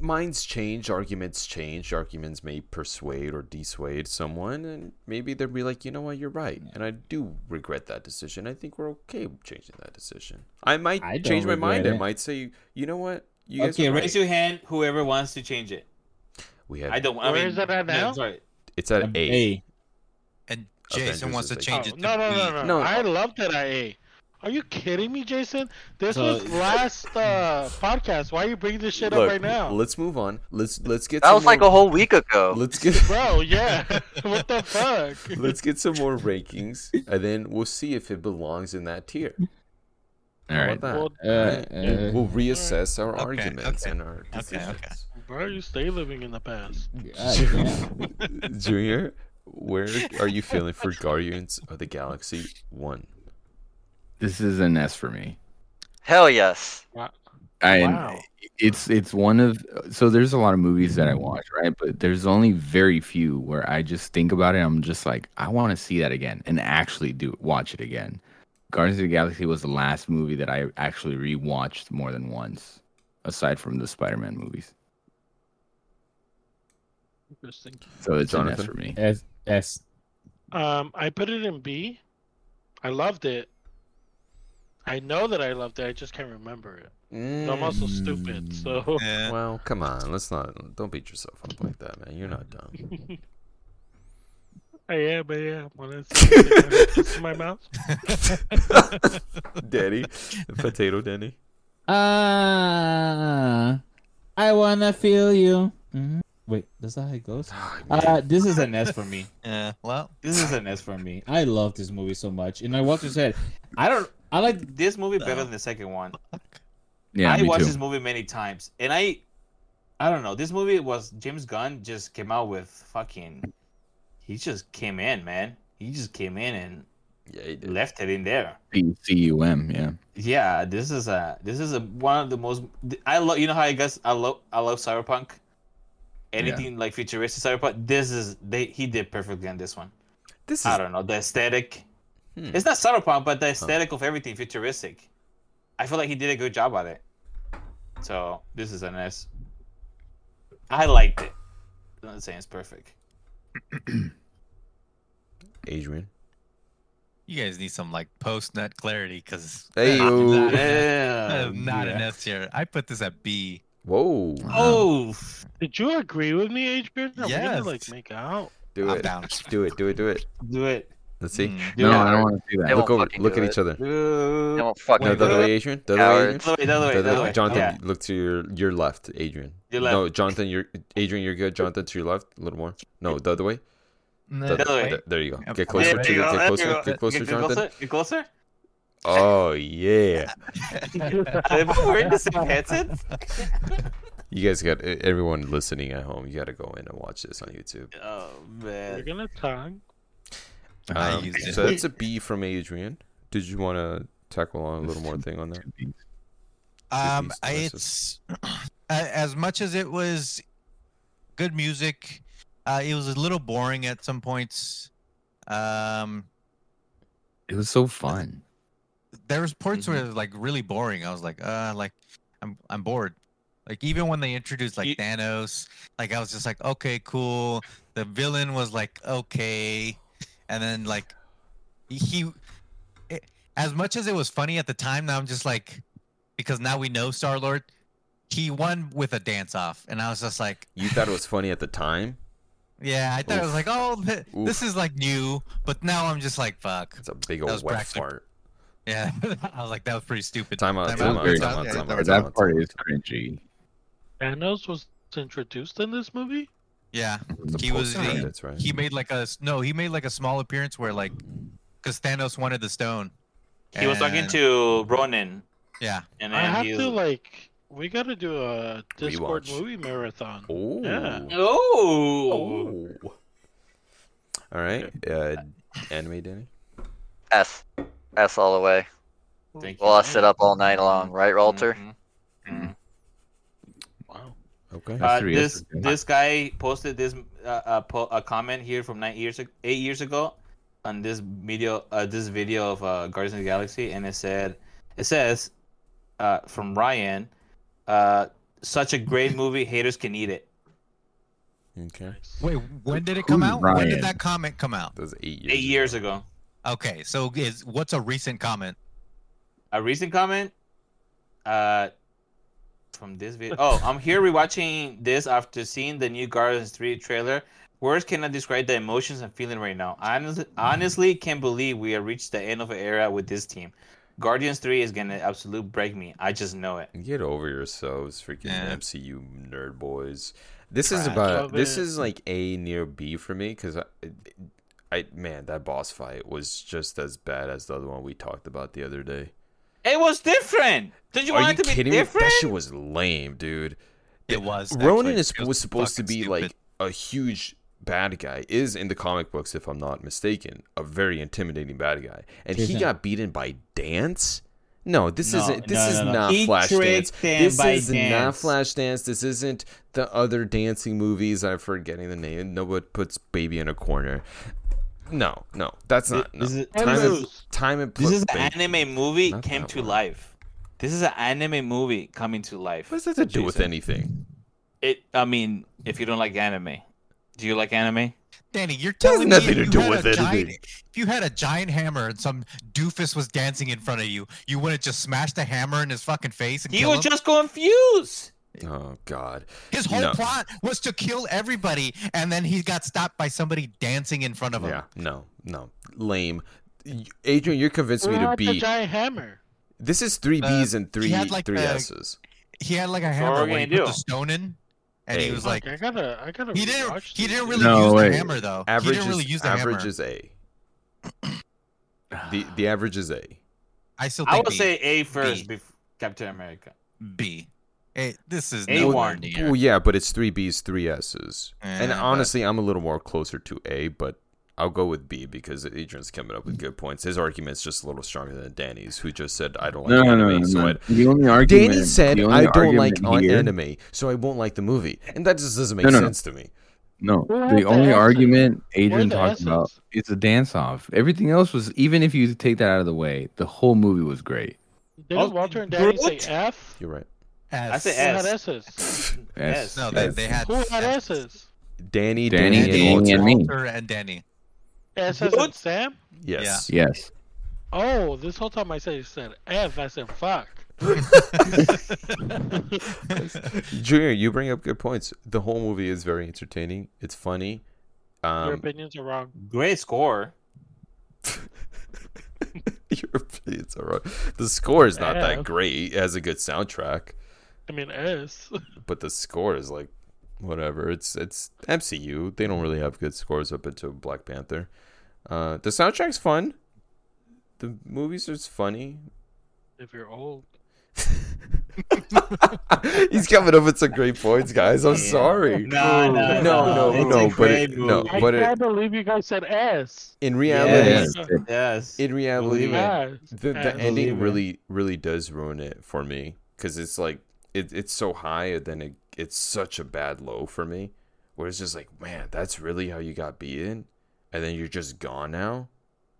C: minds change, arguments change, arguments may persuade or dissuade someone, and maybe they'll be like, you know what, you're right, and I do regret that decision. I think we're okay with changing that decision. I might
B: I don't
C: change my mind.
B: regret
C: I
B: it.
C: might say, you know what, you guys
B: Okay,
C: were
B: raise
C: right."
B: your hand. Whoever wants to change it.
C: We have
I: I don't. I
A: where
I: mean,
A: is it at
B: No,
A: now?
B: sorry.
C: it's at
B: Um,
C: A.
E: And
C: Avengers
E: Jason wants
C: is
E: to
C: like-
A: Oh,
E: change it to
A: no, no,
E: B.
A: no, no,
C: No, no.
A: I loved it at A. Are you kidding me, Jason? This
B: So-
A: was last uh, podcast. Why are you bringing this shit up
C: Look,
A: right now,
C: Let's move on. Let's let's get.
F: That
C: some
F: was like
C: more-
F: a whole week ago.
C: Let's get.
A: bro? Yeah. what the fuck?
C: Let's get some more rankings, and then we'll see if it belongs in that tier.
D: All
C: How
D: right.
C: about
A: Well,
C: that?
B: Uh,
C: Right?
B: uh,
C: We'll- we'll reassess our
E: Okay,
C: arguments
E: okay.
C: and our
E: Okay, okay.
C: decisions.
A: Why do you stay living in the past?
B: God damn.
C: Junior, where are you feeling for Guardians of the Galaxy One?
D: This is an S for me.
F: Hell yes.
D: I,
A: Wow.
D: It's it's one of so there's a lot of movies that I watch, right? But there's only very few where I just think about it. I'm just like, I want to see that again and actually do watch it again. Guardians of the Galaxy was the last movie that I actually rewatched more than once, aside from the Spider-Man movies.
A: Interesting.
D: So it's an
C: Jonathan?
D: S for me.
B: S S.
A: Um, I put it in B. I loved it. I know that I loved it. I just can't remember it.
C: Mm.
A: But I'm also stupid, so
E: Yeah.
C: Well, come on, let's not. Don't beat yourself up like that, man. You're not dumb.
A: I am. But yeah, when I say it's in my mouth.
C: Danny, potato Danny.
B: Ah, I wanna feel you. Mhm. Wait, that's not how it goes. Uh, this is an S for me.
E: Yeah. Well,
B: This is an S for me. I love this movie so much, and I want to say, I don't. I like this movie better than the second one.
D: Yeah,
B: I
D: me
B: watched
D: too.
B: this movie many times, and I, I don't know. This movie was James Gunn just came out with fucking. He just came in, man. He just came in and
C: Yeah, he did.
B: left it in there.
D: C- C-U-M, yeah.
B: Yeah, this is a this is a one of the most. I love you know how I guess I love I love cyberpunk. Anything like futuristic cyberpunk, this is they he did perfectly on this one.
C: This is
B: I don't know the aesthetic.
C: Hmm.
B: It's not cyberpunk, but the aesthetic of everything futuristic. I feel like he did a good job on it. So this is an S. I liked it. I'm not saying it's perfect.
C: Adrian.
E: you guys need some like post nut clarity because
C: Hey,
E: yo.
B: Yeah.
E: not an S tier. I put this at B.
C: Whoa,
B: Oh,
A: Did you agree with me, Adrian? Are we gonna
E: Yes.
A: like make out?
C: do
E: I'm
C: it,
E: down.
C: do it, do it, do it.
B: do it.
C: Let's see.
E: Mm.
D: No,
F: Yeah.
D: I don't want to see
F: They
D: that.
F: won't
C: Look over.
F: fucking
C: Look
F: do
C: at
F: it.
C: each other.
F: They
B: Do
F: won't fucking
C: No, the
F: do
C: other
F: it.
C: way, Adrian. The other way, Adrian.
F: Cowards.
B: the other way, the
C: Jonathan,
B: other way.
C: Jonathan,
B: Yeah.
C: look to your your left, Adrian.
B: Your left.
C: No, Jonathan, you're Adrian. You're good. Jonathan, to your left, a little more. No, the other way.
E: No,
C: The,
B: other way.
C: th- there you go.
E: Yep.
C: Get
E: There
C: closer to
E: you
C: the,
E: go,
C: get
E: there
C: closer,
E: you go.
C: get closer,
B: Get
C: Jonathan.
B: closer. Get closer.
C: Oh yeah.
B: We're wearing the same headsets.
C: You guys got e- everyone listening at home. You got to go in and watch this on YouTube.
B: Oh
A: We're
B: man.
A: gonna talk.
E: I
C: Um,
E: used it.
C: so that's a B from Adrian. Did you want to tackle on a little more thing on that?
E: Um,
C: these
E: I-
C: devices.
E: it's a- as much as it was good music, uh, it was a little boring at some points. Um,
D: It was so fun.
E: there was parts
C: Mm-hmm.
E: where it was like really boring. I was like, uh, like I'm I'm bored. Like even when they introduced like
A: You-
E: Thanos, like I was just like, okay, cool. The villain was like okay, and then like he, it, eh, as much as it was funny at the time, now I'm just like, because now we know Star Lord, he won with a dance off, and I was just like,
C: You thought it was funny at the time?
E: yeah, I thought it was
C: Oof.
E: like, oh, th- this is like new, but now I'm just like, fuck,
C: It's a big
E: That
C: old
E: was
C: wet
E: practical.
C: fart.
E: yeah, I was like, that was pretty stupid.
C: Time out,
E: Time
C: time
D: out,
C: out,
D: very
C: time out,
E: good.
C: time
E: Yeah,
C: out.
D: that
C: time out,
D: part
C: time
D: is cringy.
A: Thanos was introduced in this movie.
E: Yeah,
C: out. The
E: he was the-
C: post-credits, right?
E: he made like a s- no, he made like a small appearance where like, because Thanos wanted the stone.
B: He was talking
E: and-
B: to Ronan,
E: Yeah,
B: and
A: I
B: then
A: have
B: he
A: to
B: was,
A: like we got to do a Discord
C: Rewatch.
A: movie marathon.
C: Ooh.
A: Yeah.
B: oh,
C: Ooh. All right. Uh, anime, Danny?
F: S. S all the way.
G: Thank
F: Well, I sit up all night long, right, Walter?
B: Mhm.
C: Okay.
B: Uh,
D: three
B: this
D: yesterday.
B: this guy posted this uh, uh, po- a comment here from nine years ag- eight years ago on this video uh, this video of uh, Guardians of the Galaxy, and it said it says uh, from Ryan, uh, such a great movie, haters can eat it.
C: Okay.
E: wait, when did it
D: Who-
E: come out? When
D: Ryan?
E: did that comment come out?
C: That was eight years.
B: Eight years ago,
E: Okay, so is what's a recent comment?
B: a recent comment, uh, from this video. Oh, I'm here rewatching this after seeing the new Guardians Three trailer. Words cannot describe the emotions I'm feeling right now. I honestly,
C: Mm-hmm.
B: honestly can't believe we have reached the end of an era with this team. Guardians 3 is going to absolute break me. I just know it.
C: Get over yourselves, freaking
E: Yeah.
C: MCU nerd boys. This is
A: Trash.
C: about
A: Love
C: this
A: it.
C: is like A near B for me because I, I man, that boss fight was just as bad as the other one we talked about the other day.
B: It was different. Did you
C: Are you
B: want it to be
C: kidding me?
B: different?
C: That shit was lame, dude.
E: It was
C: Ronan
E: actually-
C: is
E: it
C: was supposed to
E: fucking
C: be
E: stupid.
C: like a huge bad guy. Is in the comic books, if I'm not mistaken, a very intimidating bad guy, and he
G: Isn't-
C: got beaten by Dance. No, this
G: No,
C: isn't. This
G: no,
C: is
G: no, no.
C: not
B: He
C: Flashdance.
B: tricked them
C: This
B: by
C: is not
B: Dance.
C: Flashdance. This isn't the other dancing movies. I'm forgetting the name. Nobody puts baby in a corner. No, no, that's not. No.
G: This is-
C: time,
A: this
C: and,
A: is-
C: time and
B: This
C: pla-
B: is an
C: baby.
B: anime movie
C: Not
B: came
C: that
B: to
C: one.
B: life. This is an anime movie coming to life.
C: What does that have to do with
B: Jason.
C: anything?
B: It. I mean, if you don't like anime, do you like anime?
E: Danny, you're
C: That has
E: telling
C: nothing
E: me
C: to
E: if
C: do
E: you had
C: with
E: a
C: it,
E: giant,
C: dude.
E: if you had a giant hammer and some doofus was dancing in front of you, you wouldn't just smash the hammer in his fucking face and
B: He
E: kill
B: was
E: him.
B: just confused.
C: Oh God.
E: his whole
C: No.
E: plot was to kill everybody, and then he got stopped by somebody dancing in front of him.
C: Yeah. No. No. Lame. Y- Adrian, you're convincing me to
A: Not the
C: be.
A: giant hammer.
C: This is three
E: Uh,
C: B's and three
E: had, like,
C: three
E: the-
C: S's.
E: He had like a
B: what
E: hammer
B: we're
E: where he
B: gonna
E: put
B: do.
E: the stone in, and
C: Hey.
E: he was like,
A: Fuck, I gotta, I gotta.
E: he didn't,
A: rewatch
E: he
A: this,
E: didn't
A: dude.
E: really
D: No,
E: use
D: wait.
E: the hammer though. he
C: Average
E: didn't really use
C: is
E: the
C: average
E: hammer. Ah.
C: is A. The the average is A.
E: I still
B: I
E: think
B: would
E: B.
B: say A first, bef- Captain America.
E: B. Hey, this is
B: A
E: nowhere
B: one.
E: near.
C: Well, yeah, but it's three B's, three S's. and
E: Eh, but-
C: honestly, I'm a little more closer to A, but I'll go with B because Adrian's coming up with good points. His argument's just a little stronger than Danny's, who just said I don't like
D: No, no,
C: anime.
D: no, no.
C: so
D: no.
C: I,
D: The only argument.
C: Danny said
D: the
C: I
D: only
C: don't like
D: argument here-
C: anime, so I won't like the movie, and that just doesn't make
D: No, no, no.
C: sense to me.
D: No,
A: Who had
D: the
A: the
D: only
A: essence?
D: argument Adrian
A: the
D: talked about
A: essence?
D: is a dance off. Everything else was, even if you take that out of the way, the whole movie was great.
A: Didn't
B: Oh,
A: Walter and Danny say
B: Groot?
A: F?
C: You're right.
B: I say
A: Who
B: S.
A: had S's?
D: Yes.
E: No, they,
D: Yes.
E: they had
A: Who had
E: S.
A: S's?
C: Danny,
D: Danny,
C: Danny,
D: Danny,
C: and Walter.
D: and me.
E: Walter and Danny.
A: S as in
B: Groot?
A: Sam?
C: Yes.
D: Yes.
A: Oh, this whole time I said you said F. I said fuck.
C: Junior, you bring up good points. The whole movie is very entertaining. It's funny. Um,
A: Your opinions are wrong.
B: Great score.
C: your opinions are wrong. The score is not
A: Yeah.
C: that great. It has a good soundtrack,
A: I mean S.
C: but the score is like whatever. It's it's MCU. They don't really have good scores up until Black Panther. Uh, the soundtrack's fun. The movies are just funny.
A: If you're old.
C: He's coming up with some great points, guys. I'm sorry.
B: No,
A: no,
C: no,
A: no,
C: no, but it- no,
A: I
C: But it-
A: can't believe you guys said S.
C: In
B: Yeah.
C: reality,
D: Yes.
B: Yes.
C: in reality,
B: Believe it.
A: Yeah.
C: the, the
A: Absolutely.
C: ending really really does ruin it for me because it's like it, it's so high and then it, it's such a bad low for me where it's just like man that's really how you got beaten and then you're just gone now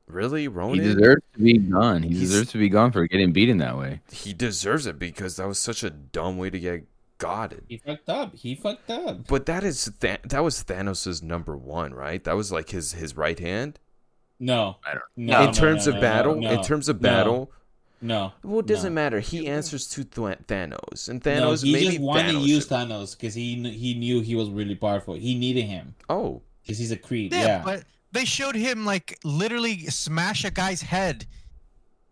C: really
D: He
C: Ronan
D: deserves to be gone. He
C: He's-
D: deserves to be gone for getting beaten that way.
C: he deserves it because that was such a dumb way to get godded
G: He fucked up. He fucked up.
C: but that is Tha- that was Thanos' number one right that was like his his right hand
G: No.
D: I don't-
G: No.
C: in
G: no,
C: terms
G: no,
C: of
G: no,
C: battle,
G: no,
C: in terms of
G: no,
C: battle,
G: no.
C: well, it doesn't
G: No.
C: matter. He answers to Thwa- Thanos, and
G: no,
C: Thanos
G: he
C: maybe
G: just wanted
C: Thanos
G: to use
C: should-
G: Thanos because he kn- he knew he was really powerful. He needed him
C: Oh,
G: because he's a Creed.
E: Yeah,
G: Yeah,
E: but they showed him like literally smash a guy's head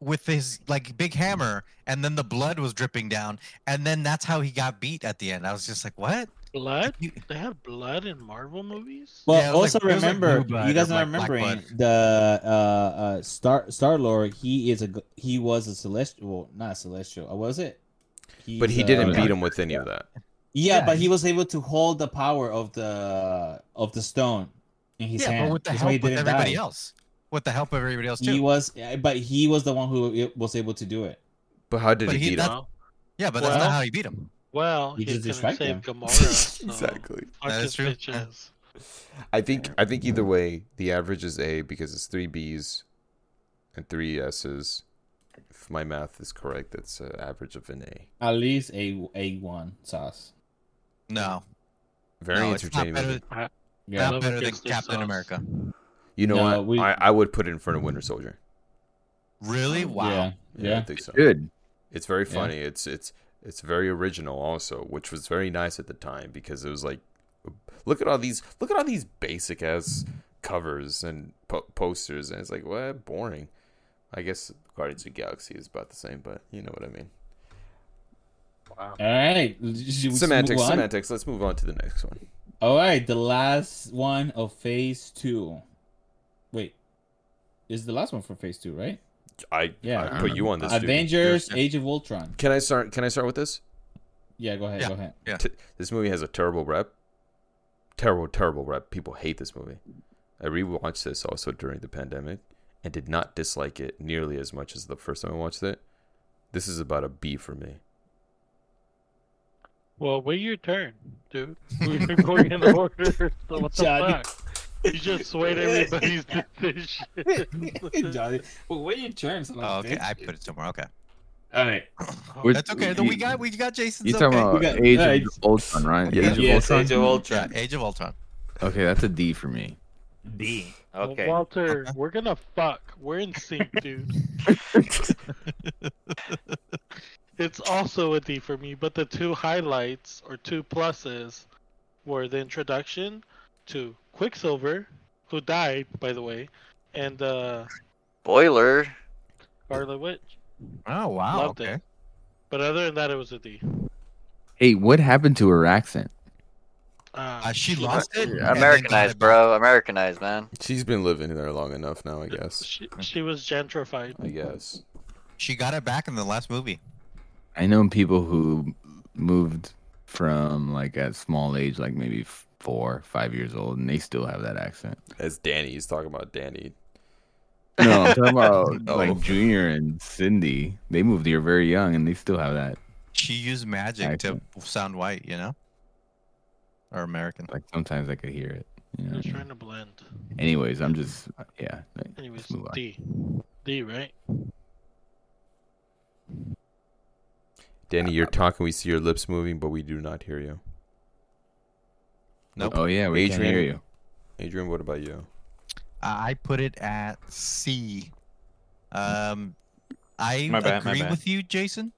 E: with his like big hammer, and then the blood was dripping down, and then that's how he got beat at the end. I was just like, what?
A: Blood?
E: You-
A: They had blood in Marvel movies?
G: Well,
E: Yeah, it was
G: also
E: like- it was like
G: remember,
E: blue blood
G: you guys
E: or
G: are
E: black- black
G: remembering
E: blood.
G: the uh, uh, Star Star Lord. He is a g- he was a celestial, well, not a celestial. uh, Was it? He's,
C: but he didn't
G: uh,
C: beat him with any of that.
G: Yeah,
E: Yeah,
G: but he was able to hold the power of the of the stone in his
E: yeah,
G: hand.
E: but with the
G: That's why he
E: help of
G: didn't
E: everybody
G: die.
E: else, with the help of everybody else too.
G: He was, uh, but he was the one who was able to do it.
C: But how did
E: But
C: he,
E: he-
C: beat him?
E: that's- yeah, but that's
A: Well-
E: not how he beat him.
A: Well,
G: You
A: he
G: just
A: couldn't
G: distract
A: save
G: them.
A: Gamora. exactly.
E: That is true.
C: I think I think either way, the average is A because it's three B's and three S's. If my math is correct, that's an average of an A.
G: At least a a one sauce.
E: No,
C: Very
E: no, it's not
C: entertaining.
E: better,
C: movie.
G: Yeah,
A: No.
E: not better than
A: Justice
E: Captain
A: Sauce.
E: America.
C: You know
G: No,
C: what?
G: we-
C: I, I would put it in front of Winter Soldier.
E: Really? Wow.
G: yeah,
C: I
G: yeah.
C: think so.
D: Good.
C: It's very
G: Yeah.
C: funny. It's it's it's very original also, which was very nice at the time because it was like, look at all these look at all these basic ass covers and po- posters, and it's like what boring. I guess Guardians of the Galaxy is about the same, but you know what I mean.
G: All right, should we just move
C: Semantics,
G: on?
C: semantics. Let's move on to the next one.
G: All right, the last one of phase two. Wait, is the last one for phase two, right?
C: I
G: Yeah.
C: I put you on this. dude.
G: Uh, Avengers: Age of Ultron.
C: Can I start? Can I start with this?
G: Yeah, go ahead,
E: Yeah.
G: go ahead.
C: T- this movie has a terrible rep. Terrible, terrible rep. People hate this movie. I rewatched this also during the pandemic and did not dislike it nearly as much as the first time I watched it. This is about a B for me.
A: Well, wait your turn, dude. We've been going in order. So what the
G: Johnny.
A: fuck? You just swayed everybody's decision.
G: Johnny, well, what are your turns?
E: Oh, okay, I put it somewhere. Okay,
G: All right.
D: Which-
E: that's okay. Then we got we got Jason's.
D: You talking
E: okay.
G: We
D: about
G: got-
D: Age
G: yeah,
D: of
G: it's-
D: Ultron, right?
C: Yeah.
D: Age of
G: Yes.
D: Ultron.
B: Age of
E: yeah,
B: Ultron.
E: Age of Ultron.
D: Okay, that's a D for me.
B: D.
A: Well,
B: Okay.
A: Walter, we're gonna fuck. We're in sync, dude. it's also a D for me, but the two highlights or two pluses were the introduction to Quicksilver, who died, by the way, and uh,
F: Boiler.
A: Scarlet Witch.
E: Oh wow.
A: Loved it.
E: okay.
A: But other than that, it was a D.
D: Hey, what happened to her accent?
A: Uh,
E: Uh, she lost it. and then got
F: Americanized,
E: it back.
F: bro. Americanized, man.
C: She's been living there long enough now, I guess.
A: She, she was gentrified.
C: I guess.
E: She got it back in the last movie.
D: I know people who moved from like at small age, like maybe f- four, five years old, and they still have that accent.
C: As Danny, he's talking about Danny.
D: No, I'm talking about
C: Oh.
D: like Junior and Cindy. They moved here very young, and they still have that
E: She used magic to sound white, you know, or American.
D: like sometimes I could hear it. You know
A: She
D: what
A: was
D: I
A: trying
D: mean?
A: to blend.
D: Anyways, I'm just uh, yeah. like,
A: Anyways,
D: move on.
A: D. D, right?
C: Danny, you're talking. We see your lips moving, but we do not hear you.
E: Nope.
D: Oh yeah, we can
C: Adrian.
D: hear you.
C: Adrian, what about you?
E: I put it at C. Um, I
B: My bad, my
E: agree
B: bad.
E: with you, Jason.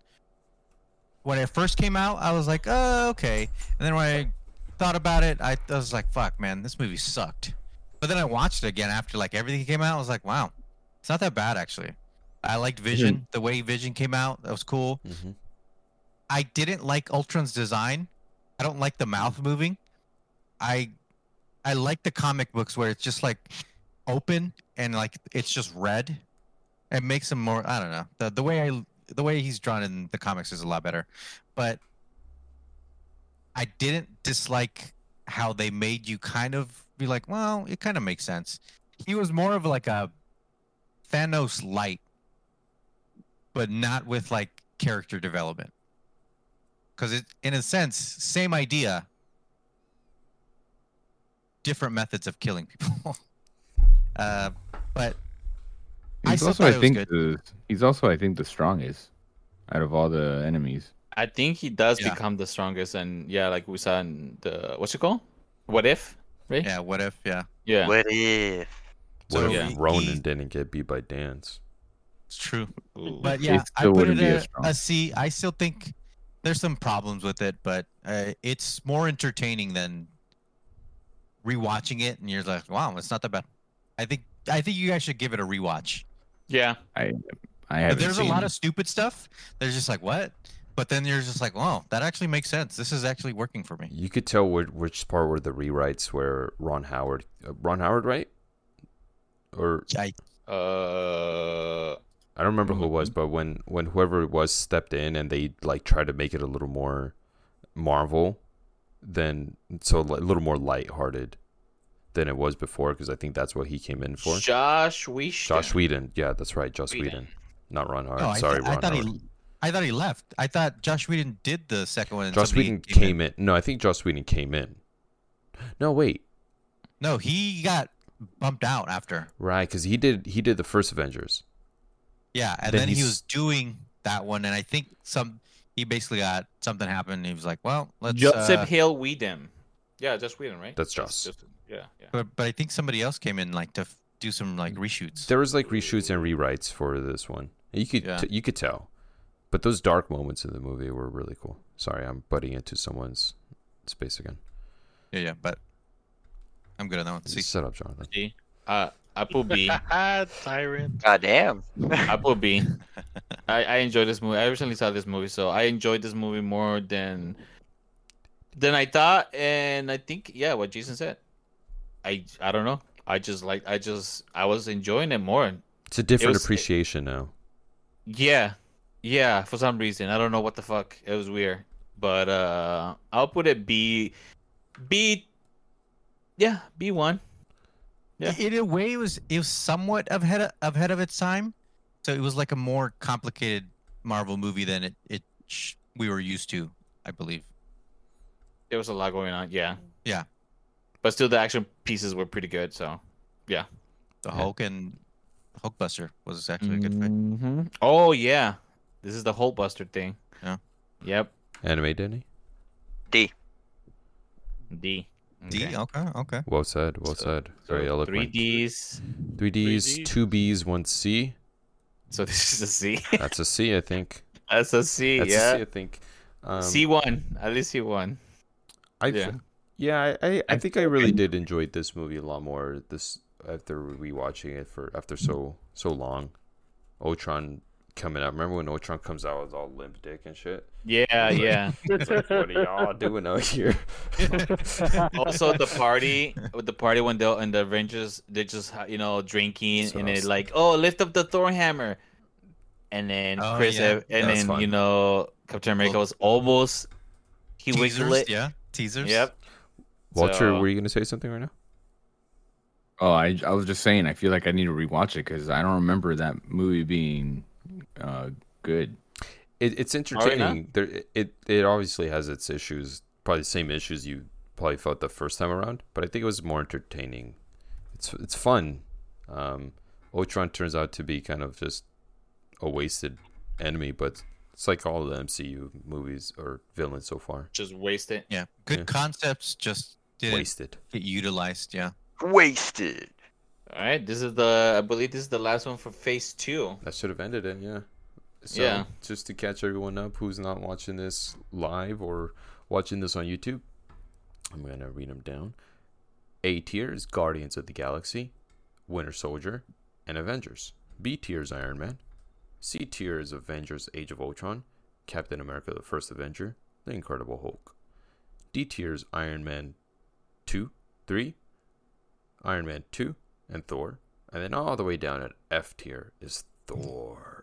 E: When it first came out, I was like, "Oh, okay," and then when I thought about it, I, I was like, "Fuck, man, this movie sucked." But then I watched it again after like everything came out. I was like, "Wow, it's not that bad actually." I liked
B: Hmm.
E: Vision. The way Vision came out, that was cool.
C: Mm-hmm.
E: I didn't like Ultron's design. I don't like the mouth moving. I I like the comic books where it's just like open and like it's just red. It makes him more I don't know. The the way I the way he's drawn in the comics is a lot better. But I didn't dislike how they made you kind of be like, well, it kind of makes sense. He was more of like a Thanos light, but not with like character development because it in a sense same idea different methods of killing people uh, but I
D: He's
E: still
D: also,
E: thought
D: I
E: it was
D: think,
E: good.
D: the, he's also, I think, the strongest out of all the enemies.
B: I think he does
E: Yeah.
B: become the strongest, and yeah, like we saw in the what's it called? What if? Right?
E: yeah what if yeah
B: Yeah.
F: What if?
C: What
E: So,
C: if
E: yeah.
C: Ronan
E: he-
C: didn't get beat by Dance?
E: It's true.
B: Ooh.
E: But
D: It
E: yeah, I
D: still
E: put
D: wouldn't
E: it
D: be
E: a,
D: as strong.
E: a C. I still think there's some problems with it, but uh, it's more entertaining than rewatching it. And you're like, wow, it's not that bad. I think I think you guys should give it a rewatch.
B: Yeah.
D: I
E: But
D: haven't
E: there's a
D: seen
E: lot
D: it.
E: of stupid stuff. There's just like what, but then you're just like, wow, that actually makes sense. This is actually working for me.
C: You could tell which, which part were the rewrites where Ron Howard, uh, Ron Howard, right? Or
E: I,
B: Uh.
C: I don't remember who it was, but when when whoever it was stepped in and they like tried to make it a little more Marvel, then so like, a little more lighthearted than it was before, because I think that's what he came in for.
B: Josh Whedon.
C: Josh Whedon, yeah, that's right, Josh Whedon,
B: Whedon.
C: not Ron Howard.
E: no, I th-
C: Sorry,
E: I
C: Ron
E: thought
C: Howard.
E: he, I thought he left. I thought Josh Whedon did the second one. and
C: Josh
E: somebody
C: Whedon came in. No, I think Josh Whedon came in. No, wait,
E: No, he got bumped out after.
C: right? Because he did he did the first Avengers.
E: Yeah, and
C: Then
E: then, he
C: he's-
E: was doing that one, and I think some he basically got something happened. And he was like, "Well, let's."
B: Joseph
E: uh,
B: Hale Whedon. Yeah, Josh Whedon, right?
C: That's Josh.
B: just- Yeah, yeah.
E: but, but I think somebody else came in like to f- do some like reshoots.
C: There was like reshoots and rewrites for this one. You could
E: Yeah.
C: t- you could tell, but those dark moments in the movie were really cool. Sorry, I'm butting into someone's space again.
E: Yeah, yeah, but I'm good on that one. See,
C: Shut up, Jonathan.
B: Uh, Apple B.
A: Tyrant.
F: God damn.
B: Apple B. I, I enjoyed this movie. I recently saw this movie, so I enjoyed this movie more than than I thought. And I think, yeah, what Jason said. I I don't know. I just like I just I was enjoying it more.
C: It's a different
B: was-
C: appreciation now.
B: Yeah, yeah. For some reason, I don't know what the fuck. It was weird, but uh, I'll put it B, B. Yeah, B one. Yeah.
E: in a way, it was it was somewhat ahead of, ahead of its time, so it was like a more complicated Marvel movie than it it sh- we were used to, I believe.
B: There was a lot going on. Yeah.
E: Yeah.
B: But still, the action pieces were pretty good. So.
E: The Hulk and Hulkbuster was actually a good fight.
B: Mhm. Oh yeah, this is the whole Buster thing.
E: Yeah.
B: Yep.
C: Anime, Denny.
F: D.
B: D.
C: Mm,
E: D. Okay. Okay.
C: Well said. Well
B: So-
C: said. Very
B: Three
C: eloquent.
B: D's.
C: Three D's,
A: 3D.
C: two B's, one C.
B: So this is a C.
C: That's a C, I think.
B: That's a C.
C: That's a C,
B: yeah.
C: I think. Um,
B: C one. At least C one.
C: I
B: Yeah.
C: th- yeah, I, I, I think I really did enjoy this movie a lot more this after rewatching it for after so so long. Ultron coming out. Remember when Ultron comes out with all limp dick and shit?
B: Yeah. Yeah.
C: It's like, what are y'all doing out here?
B: also the party with the party when they and the Avengers they just you know drinking
C: That's what
B: and
C: I
B: they
C: was-
B: like oh lift up the Thor hammer, and then
E: Oh,
B: Chris
E: yeah.
B: Ev- and
C: That's
B: then
C: fun.
B: you know Captain America was almost he wiggled
E: Teasers.
B: it.
E: Yeah. Teasers.
B: Yep.
C: Walter,
B: So-
C: were you gonna say something right now?
D: Oh, I, I was just saying, I feel like I need to rewatch it because I don't remember that movie being uh, good.
C: It, it's
B: not?
C: entertaining. There, it it obviously has its issues, probably the same issues you probably felt the first time around, but I think it was more entertaining. It's it's fun. Um, Ultron turns out to be kind of just a wasted enemy, but it's like all the MCU movies or villains so far.
B: Just waste it.
E: Yeah. Good
C: Yeah.
E: concepts. Just didn't
C: Wasted.
E: get utilized. Yeah.
F: Wasted.
B: All right, this is the I believe this is the last one for phase two.
C: That should have ended it, yeah. So
B: Yeah.
C: just to catch everyone up who's not watching this live or watching this on YouTube, I'm gonna read them down. A tier is Guardians of the Galaxy, Winter Soldier, and Avengers. B tier is Iron Man. C tier is Avengers Age of Ultron, Captain America the First Avenger, The Incredible Hulk. D tier is Iron Man 2, 3, Iron Man 2, and Thor. And then all the way down at F tier is Thor.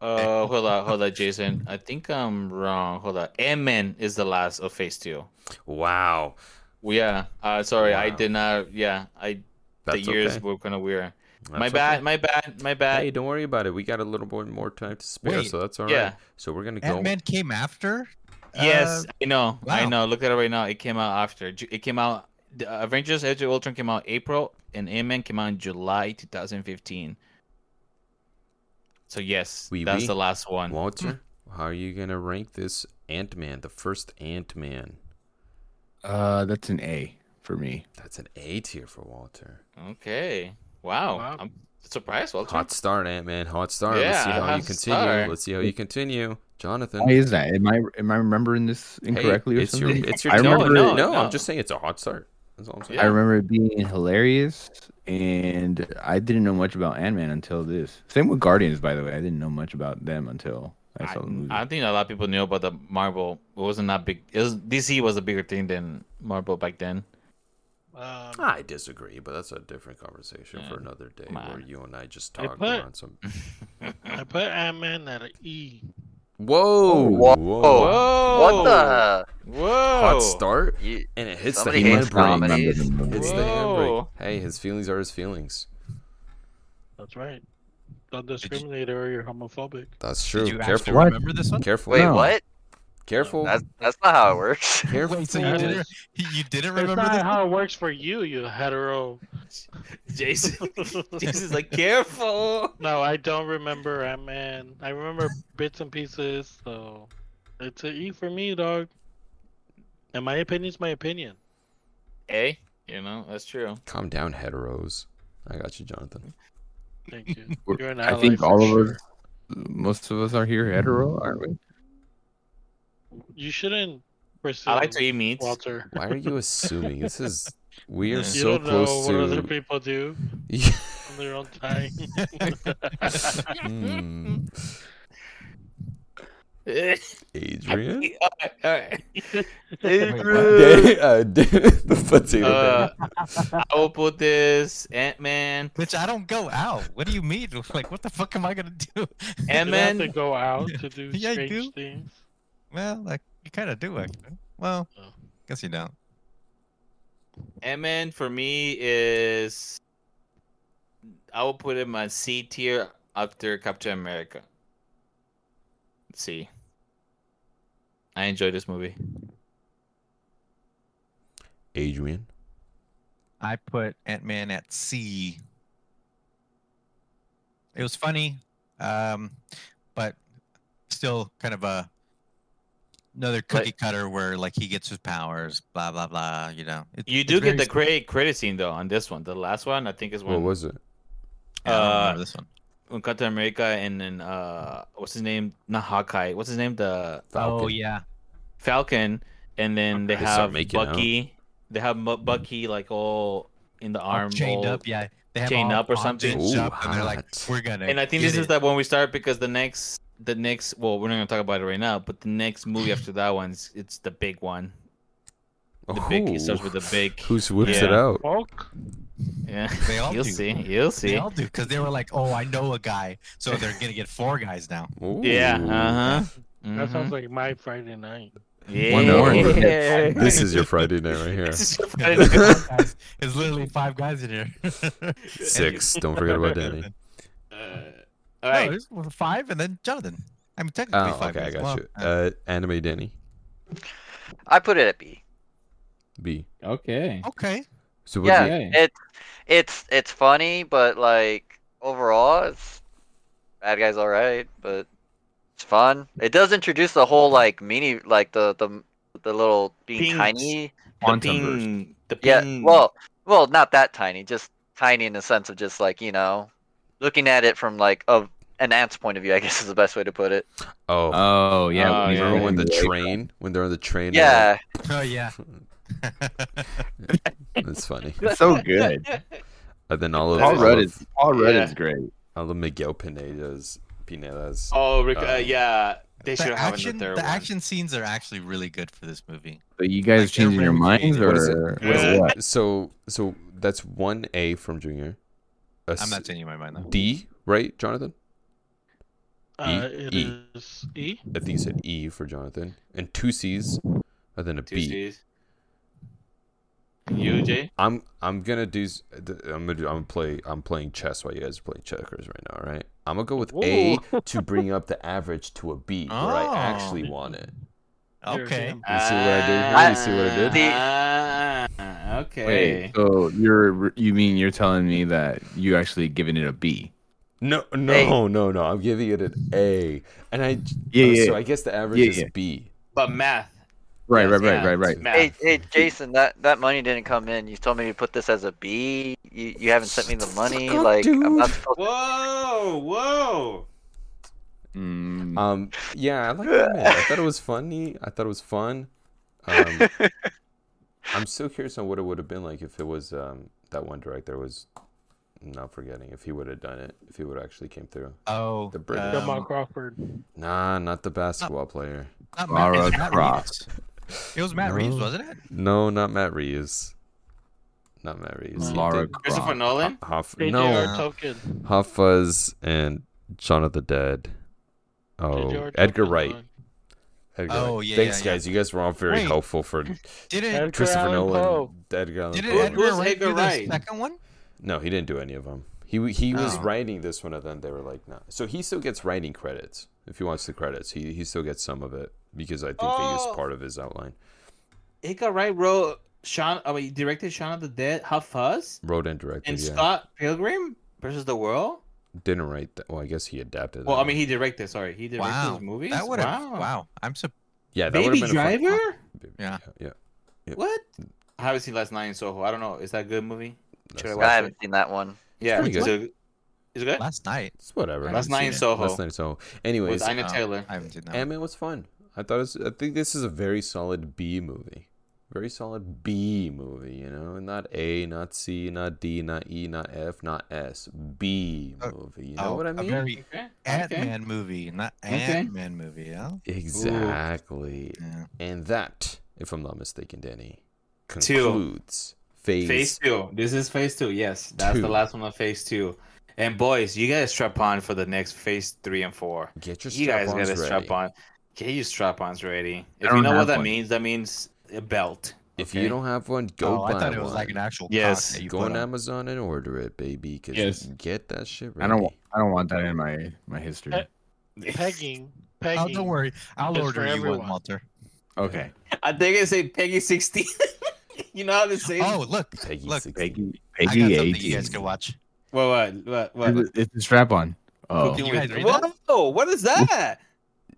B: Uh, hold on, hold on, Jason. I think I'm wrong. Hold on, Ant-Man is the last of phase two.
C: Wow.
B: Yeah. Uh, sorry, I
C: Wow.
B: did not. Yeah, I
C: That's
B: the years
C: okay.
B: were kind of weird.
C: That's
B: my
C: okay.
B: bad. My bad. My bad.
C: Hey, don't worry about it. We got a little bit more time to spare,
E: Wait,
C: so that's all right.
B: yeah.
C: So we're gonna go.
E: Ant Man came after.
B: Yes,
E: Uh,
B: I know. I
E: wow.
B: know. Look at it right now. It came out after. Ju- It came out. The uh, Avengers: Age of Ultron came out April, and Ant-Man came out in July 2015. So yes,
C: Wee
B: that's
C: wee.
B: the last one.
C: Walter, how are you gonna rank this Ant Man, the first Ant Man?
D: Uh, that's an A for me.
C: That's an A tier for Walter.
B: Okay. Wow.
A: Wow.
B: I'm surprised, Walter.
C: Hot start, Ant Man. Hot start. Let's
B: Yeah,
C: see how you
B: hot
C: continue.
B: start.
C: Let's see how you continue, Jonathan.
D: Why is that? Am I am I remembering this
C: Hey,
D: incorrectly or
C: it's
D: something?
C: Your, it's your
D: I
C: no,
D: remember
C: no,
B: no,
C: no, I'm
B: no.
C: just saying it's a hot start. That's all I'm saying.
B: Yeah.
D: I remember it being hilarious, and I didn't know much about Ant Man until this. Same with Guardians, by the way. I didn't know much about them until I
B: I,
D: saw the movie.
B: I think a lot of people knew about the Marvel. It wasn't that big. It was DC was a bigger thing than Marvel back then.
A: Um,
C: I disagree, but that's a different conversation for
B: Yeah.
C: another day
B: Come
C: where
B: on.
C: you and I just
A: Hey,
C: talk
A: but-
C: around some.
A: I put Ant Man at an E.
C: Whoa,
F: Whoa.
C: whoa,
B: Whoa!
F: What the?
B: Whoa!
C: Oh. hot start,
F: You,
C: and it hits
F: Somebody
C: the
F: hates
C: handbrake.
F: comedy.
C: Hits the handbrake.
B: Whoa.
C: Hey, his feelings are his feelings.
A: That's right. Don't discriminate or you're homophobic.
C: That's
E: Did
C: true.
E: you actually
C: Careful,
D: What?
E: remember this one?
C: careful,
F: wait,
D: No.
F: what?
C: careful,
F: That's that's not how it works.
C: careful.
E: Wait, so you didn't, you didn't
A: That's
E: remember
A: not
E: this?
A: how it works for you, you hetero.
B: Jason. Jason's like, careful.
A: No, I don't remember Ant Man. I remember bits and pieces, so it's an E for me, dog. And my opinion's my opinion.
B: A. You know that's true.
C: Calm down, heteros. I got you, Jonathan.
A: Thank you.
D: We're-
A: You're an
D: I
A: ally
D: think
A: for
D: all of
A: sure.
D: us, most of us are here hetero, aren't we?
A: You shouldn't pursue
B: I like E. to eat meat.
A: Walter.
C: Why are you assuming? This is we are
B: You
A: You
C: so
A: don't know
C: close
A: what other
C: to.
A: people do on their own time.
C: Hmm. Adrian.
B: all right, all right.
C: Day- uh, day- the potato
B: Uh,
C: bag.
B: I will put this Ant Man.
E: Bitch, I don't go out. What do you mean? Like, what the fuck am I gonna do?
B: Ant
A: You don't have to
B: Man.
A: go out to do
E: Yeah, I
A: strange
E: do.
A: things.
E: Well, like you kind of do actually. Well,
A: Oh.
E: guess you don't.
B: Ant Man for me is. I will put him on C tier after Captain America. C. I enjoyed this movie.
C: Adrian.
E: I put Ant Man at C. It was funny, um, but still kind of a another cookie cutter where like he gets his powers, blah blah blah. You know, It-
B: You
E: it's
B: do
E: very
B: get the
E: s-
B: credit credit scene though on this one. The last one I think is
C: What
B: when,
C: was it?
E: I don't
B: uh,
E: remember this one.
B: when Captain America and then uh what's his name? Not Hawkeye. What's his name? The
E: Oh yeah,
B: Falcon, and then they
C: They start
B: have
C: making out.
B: Bucky. They have Mu- Bucky like all in the
E: all
B: arm,
E: chained
B: all-
E: up. Yeah, they have
B: chained
E: all
B: up or something.
E: bondaged
C: Ooh,
E: up, and they're like,
C: hot.
E: we're gonna.
B: And I think
E: get
B: this is
E: it."
B: that when we start because the next, the next, well, we're not gonna talk about it right now, but the next movie after that one's it's the big one. The big it starts with the big.
C: Who Oh. whips it
B: Yeah.
C: out?
A: Folk?
B: Yeah,
E: They all
B: you'll
E: do.
B: see, you'll
E: They
B: see.
E: all do because they were like, oh, I know a guy, so they're gonna get four guys now.
B: Yeah,
C: Ooh.
B: uh huh.
A: That sounds like my Friday night.
B: yeah.
C: One more.
B: Yeah.
C: This is your Friday night right here.
B: This is your
E: Yeah,
B: Friday
E: there's
B: night.
E: five guys. There's literally five guys in here.
C: Six. Don't forget about Danny.
B: all
E: No,
B: right.
E: there's five and then Jonathan. I mean, technically
C: Oh,
E: five.
C: okay, I got
E: guys. Well,
C: you. Uh, anime Danny.
F: I put it at B.
C: B.
G: Okay.
E: uh, okay.
C: So what?
F: Yeah,
C: do you-
G: Okay.
F: it it's it's funny, but like overall, it's bad guys all right, but it's fun. It does introduce the whole like mini, like the the the little being
B: Being-
F: tiny.
B: The
D: Quantumverse.
B: ping, the
F: Yeah,
B: ping.
F: well, well, not that tiny, just tiny in the sense of just like you know, looking at it from like of an ant's point of view. I guess is the best way to put it.
C: Oh,
D: Oh yeah,
B: Oh,
D: when he's
B: yeah.
C: remember
D: running
C: when the
D: away.
C: train? When they're on the train? they're
F: Yeah,
E: Oh yeah.
C: like- That's funny.
D: It's so good.
C: And then all of
D: Paul
C: all
D: Rudd
C: of-
D: is Paul Rudd
B: Yeah.
D: is great.
C: all of Miguel Pineda's Pineda's.
B: Oh, Rick, uh,
C: Um,
B: yeah. They
E: The
B: should have
E: action,
B: another
E: the
B: one.
E: action scenes are actually really good for this movie.
D: But you guys
E: Like, they're
D: changing your
E: really
D: minds
E: creative.
D: or
C: What is it?
D: or
B: What is it?
D: what?
C: So so that's one A from Junior. A
E: I'm
C: s-
E: not changing my mind though.
C: D, right, Jonathan?
A: Uh, it is
C: E.
A: E.
C: I think you said E for Jonathan, and two C's, and then a B.
B: Two C's. You, Jay?
C: I'm I'm gonna do. s- th- I'm gonna do, I'm play. I'm playing chess while you guys are playing checkers right now. all Right. I'm gonna go with A to bring up the average to a B where
E: Oh.
D: Ah.
C: I actually want it.
E: Okay.
C: You see what I did here? You see what I did?
F: The-
B: Ah, okay.
D: Wait, so you're you mean you're telling me that you actually giving it a B?
C: No, no, no, no. I'm giving it an A, and I.
D: Yeah, yeah.
C: So I guess the average
D: Yeah,
C: is
D: yeah.
C: B.
B: But math.
D: Right, right, right,
G: Yeah.
D: right, right.
B: Math.
F: Hey, hey, Jason, that, that money didn't come in. You told me to put this as a B. You you haven't sent me the money.
C: Fuck up,
F: like I'm not
C: dude.
F: supposed.
G: Whoa, whoa.
D: Mm,
C: Um, yeah, I like that. Man. I thought it was funny. I thought it was fun. Um, I'm still curious on what it would have been like if it was um, that one director was I'm not forgetting if he would have done it if he would have actually came through.
E: Oh,
C: The British.
E: um,
A: Jamal Crawford.
C: Nah, not the basketball player.
E: not Matt, it was
D: Lara
E: Matt
D: Croft.
E: Reeves. It was Matt Reeves,
C: No.
E: wasn't it?
C: No, not Matt Reeves. Not Matt Reeves. He
D: Lara
C: did
B: Christopher
D: Croft.
B: Nolan.
C: Huff,
A: JJ
C: no,
E: Uh,
A: Token.
C: Hot Fuzz and Shaun of the Dead. Oh, Edgar Wright. Edgar
E: Oh,
C: Wright.
E: yeah,
C: Thanks,
E: yeah, yeah.
C: guys. You guys were all very
E: Wait.
C: helpful for
E: Didn't
A: Edgar
C: Christopher
A: Allan
C: Nolan,
A: Poe.
C: Edgar Allan
E: didn't
C: Poe.
B: Who-
E: Edgar
B: who's
E: Wright
B: Edgar
E: do
B: Wright?
E: the second one?
C: No, he didn't do any of them. He w- he was
E: Oh.
C: writing this one, and then they were like, "No." So he still gets writing credits if he wants the credits. He he still gets some of it because I think they
B: Oh.
C: used part of his outline.
B: Edgar Wright wrote Sean. Oh, he directed Shaun of the Dead. Huff Fuzz
C: Wrote and directed.
B: and
C: yeah,
B: Scott Pilgrim versus the World.
C: didn't write that. Well, I guess he adapted.
B: Well,
C: that
B: I mean,
C: one.
B: he directed. Sorry, he directed
E: Wow,
B: his movies.
E: That would have. Wow.
B: Wow.
E: I'm so.
C: yeah, that
B: Baby
C: would've been a fun-
B: Driver.
C: Baby-
E: Yeah.
C: yeah. Yep.
B: What? I haven't seen Last Night in Soho. I don't know. Is that a good movie? Should I
C: That's-
F: I
B: watch it?
F: haven't seen that one.
B: Yeah.
C: pretty
B: Is
C: good.
B: it, is it good?
E: Last night.
C: It's whatever.
E: Last
B: Last
E: haven't
B: Night
E: seen
B: in
E: it.
B: Soho.
C: Last night. So, anyways,
B: With Ina
E: Oh,
B: Taylor.
E: I haven't seen that.
C: Ant Man was fun. I thought it was, I think this is a very solid B movie. Very solid B movie, you know? Not A, not C, not D, not E, not F, not S. B
E: Uh,
C: movie. You
E: one.
C: know
E: oh,
C: what I
E: A
C: mean?
E: very
B: Okay.
E: Ant
B: okay.
E: Man movie, not
B: Okay.
E: Ant Man movie. Yeah.
C: Exactly.
E: yeah.
C: And that, if I'm not mistaken, Danny,
B: Two.
C: concludes phase.
B: Phase two. This is phase two. Yes, that's
C: Two.
B: the last one of phase two. And boys, you guys strap on for the next phase three and four.
C: Get your
B: you guys
C: strap-ons
B: gotta strap
C: ready.
B: on. Get your strap ons ready. If
D: don't
B: you know what
D: have
B: that
D: one.
B: means, that means a belt.
C: If
B: okay?
C: you don't have one, go
E: oh,
C: buy
E: I thought it was
C: one.
E: like an actual.
B: Yes.
E: cock that you
C: go
E: put
C: on
E: on.
C: Amazon and order it, baby. Cause
D: Yes.
C: get that shit
D: I
C: ready.
D: don't. wa- I don't want that in my my history.
A: Uh, Pegging. Pegging.
E: Oh, don't worry. I'll
A: It's
E: order
A: for
E: you
A: everyone.
E: one, Walter.
D: Okay.
B: I think it's a Peggy sixteen. you know how they say.
E: Oh, look.
C: Peggy
E: look.
C: 16.
D: Peggy.
E: I
D: Peggy
E: got something you guys
D: 18.
E: can watch.
B: What? What? What? what?
D: It's a- It's a strap on. Oh.
B: Cooking
E: You
B: with-
E: guys read
B: Whoa! What is that?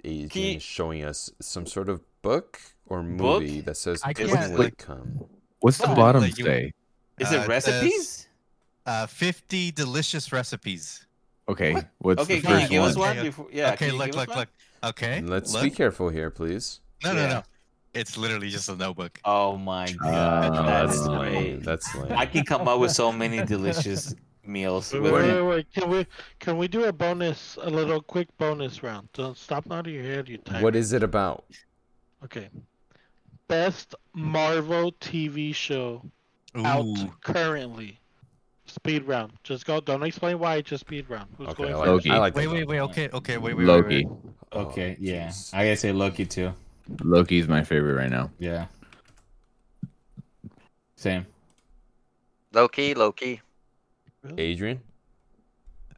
C: Adrian
B: He-
C: is showing us some sort of book or
B: Book?
C: movie that says
E: I
C: cooking
E: can't,
C: with
E: like-
C: cum.
D: What's the
E: Well,
D: bottom
E: like you-
D: say?
B: Is
E: Uh,
B: it
E: it
B: recipes?
E: Uh, 50 delicious recipes.
D: Okay.
B: What?
D: What's
B: Okay,
D: the
B: can you
D: first
B: give us
D: one?
B: one?
E: Okay,
B: Before, yeah.
E: okay,
B: can you
E: look,
B: give us
E: look,
B: one?
E: look. Okay.
C: Let's
E: look.
C: be careful here, please.
E: No, no,
B: Yeah.
E: no. It's literally just a notebook.
B: Oh my god,
D: Uh,
B: Oh, that's
C: lame.
B: lame.
C: That's lame.
B: I can come up with so many delicious meals.
A: Wait,
B: with
A: wait, wait,
B: it.
A: wait. Can we can we do a bonus, a little quick bonus round? Don't stop out of your head, you time.
C: What is it about?
A: Okay. Best Marvel TV show
E: Ooh.
A: out currently. Speed round. Just go. Don't explain why. Just speed round. Who's
C: Okay, I
A: going
C: like,
A: first?
D: Loki.
C: I like
E: Wait,
C: that.
E: wait, wait. Okay, okay. Wait, wait, wait.
D: Loki.
E: wait.
C: Oh,
G: Okay, yeah.
C: jeez.
G: I gotta say Loki too.
D: Loki's my favorite right now.
G: Yeah. Same.
F: Loki, Loki.
C: Adrian?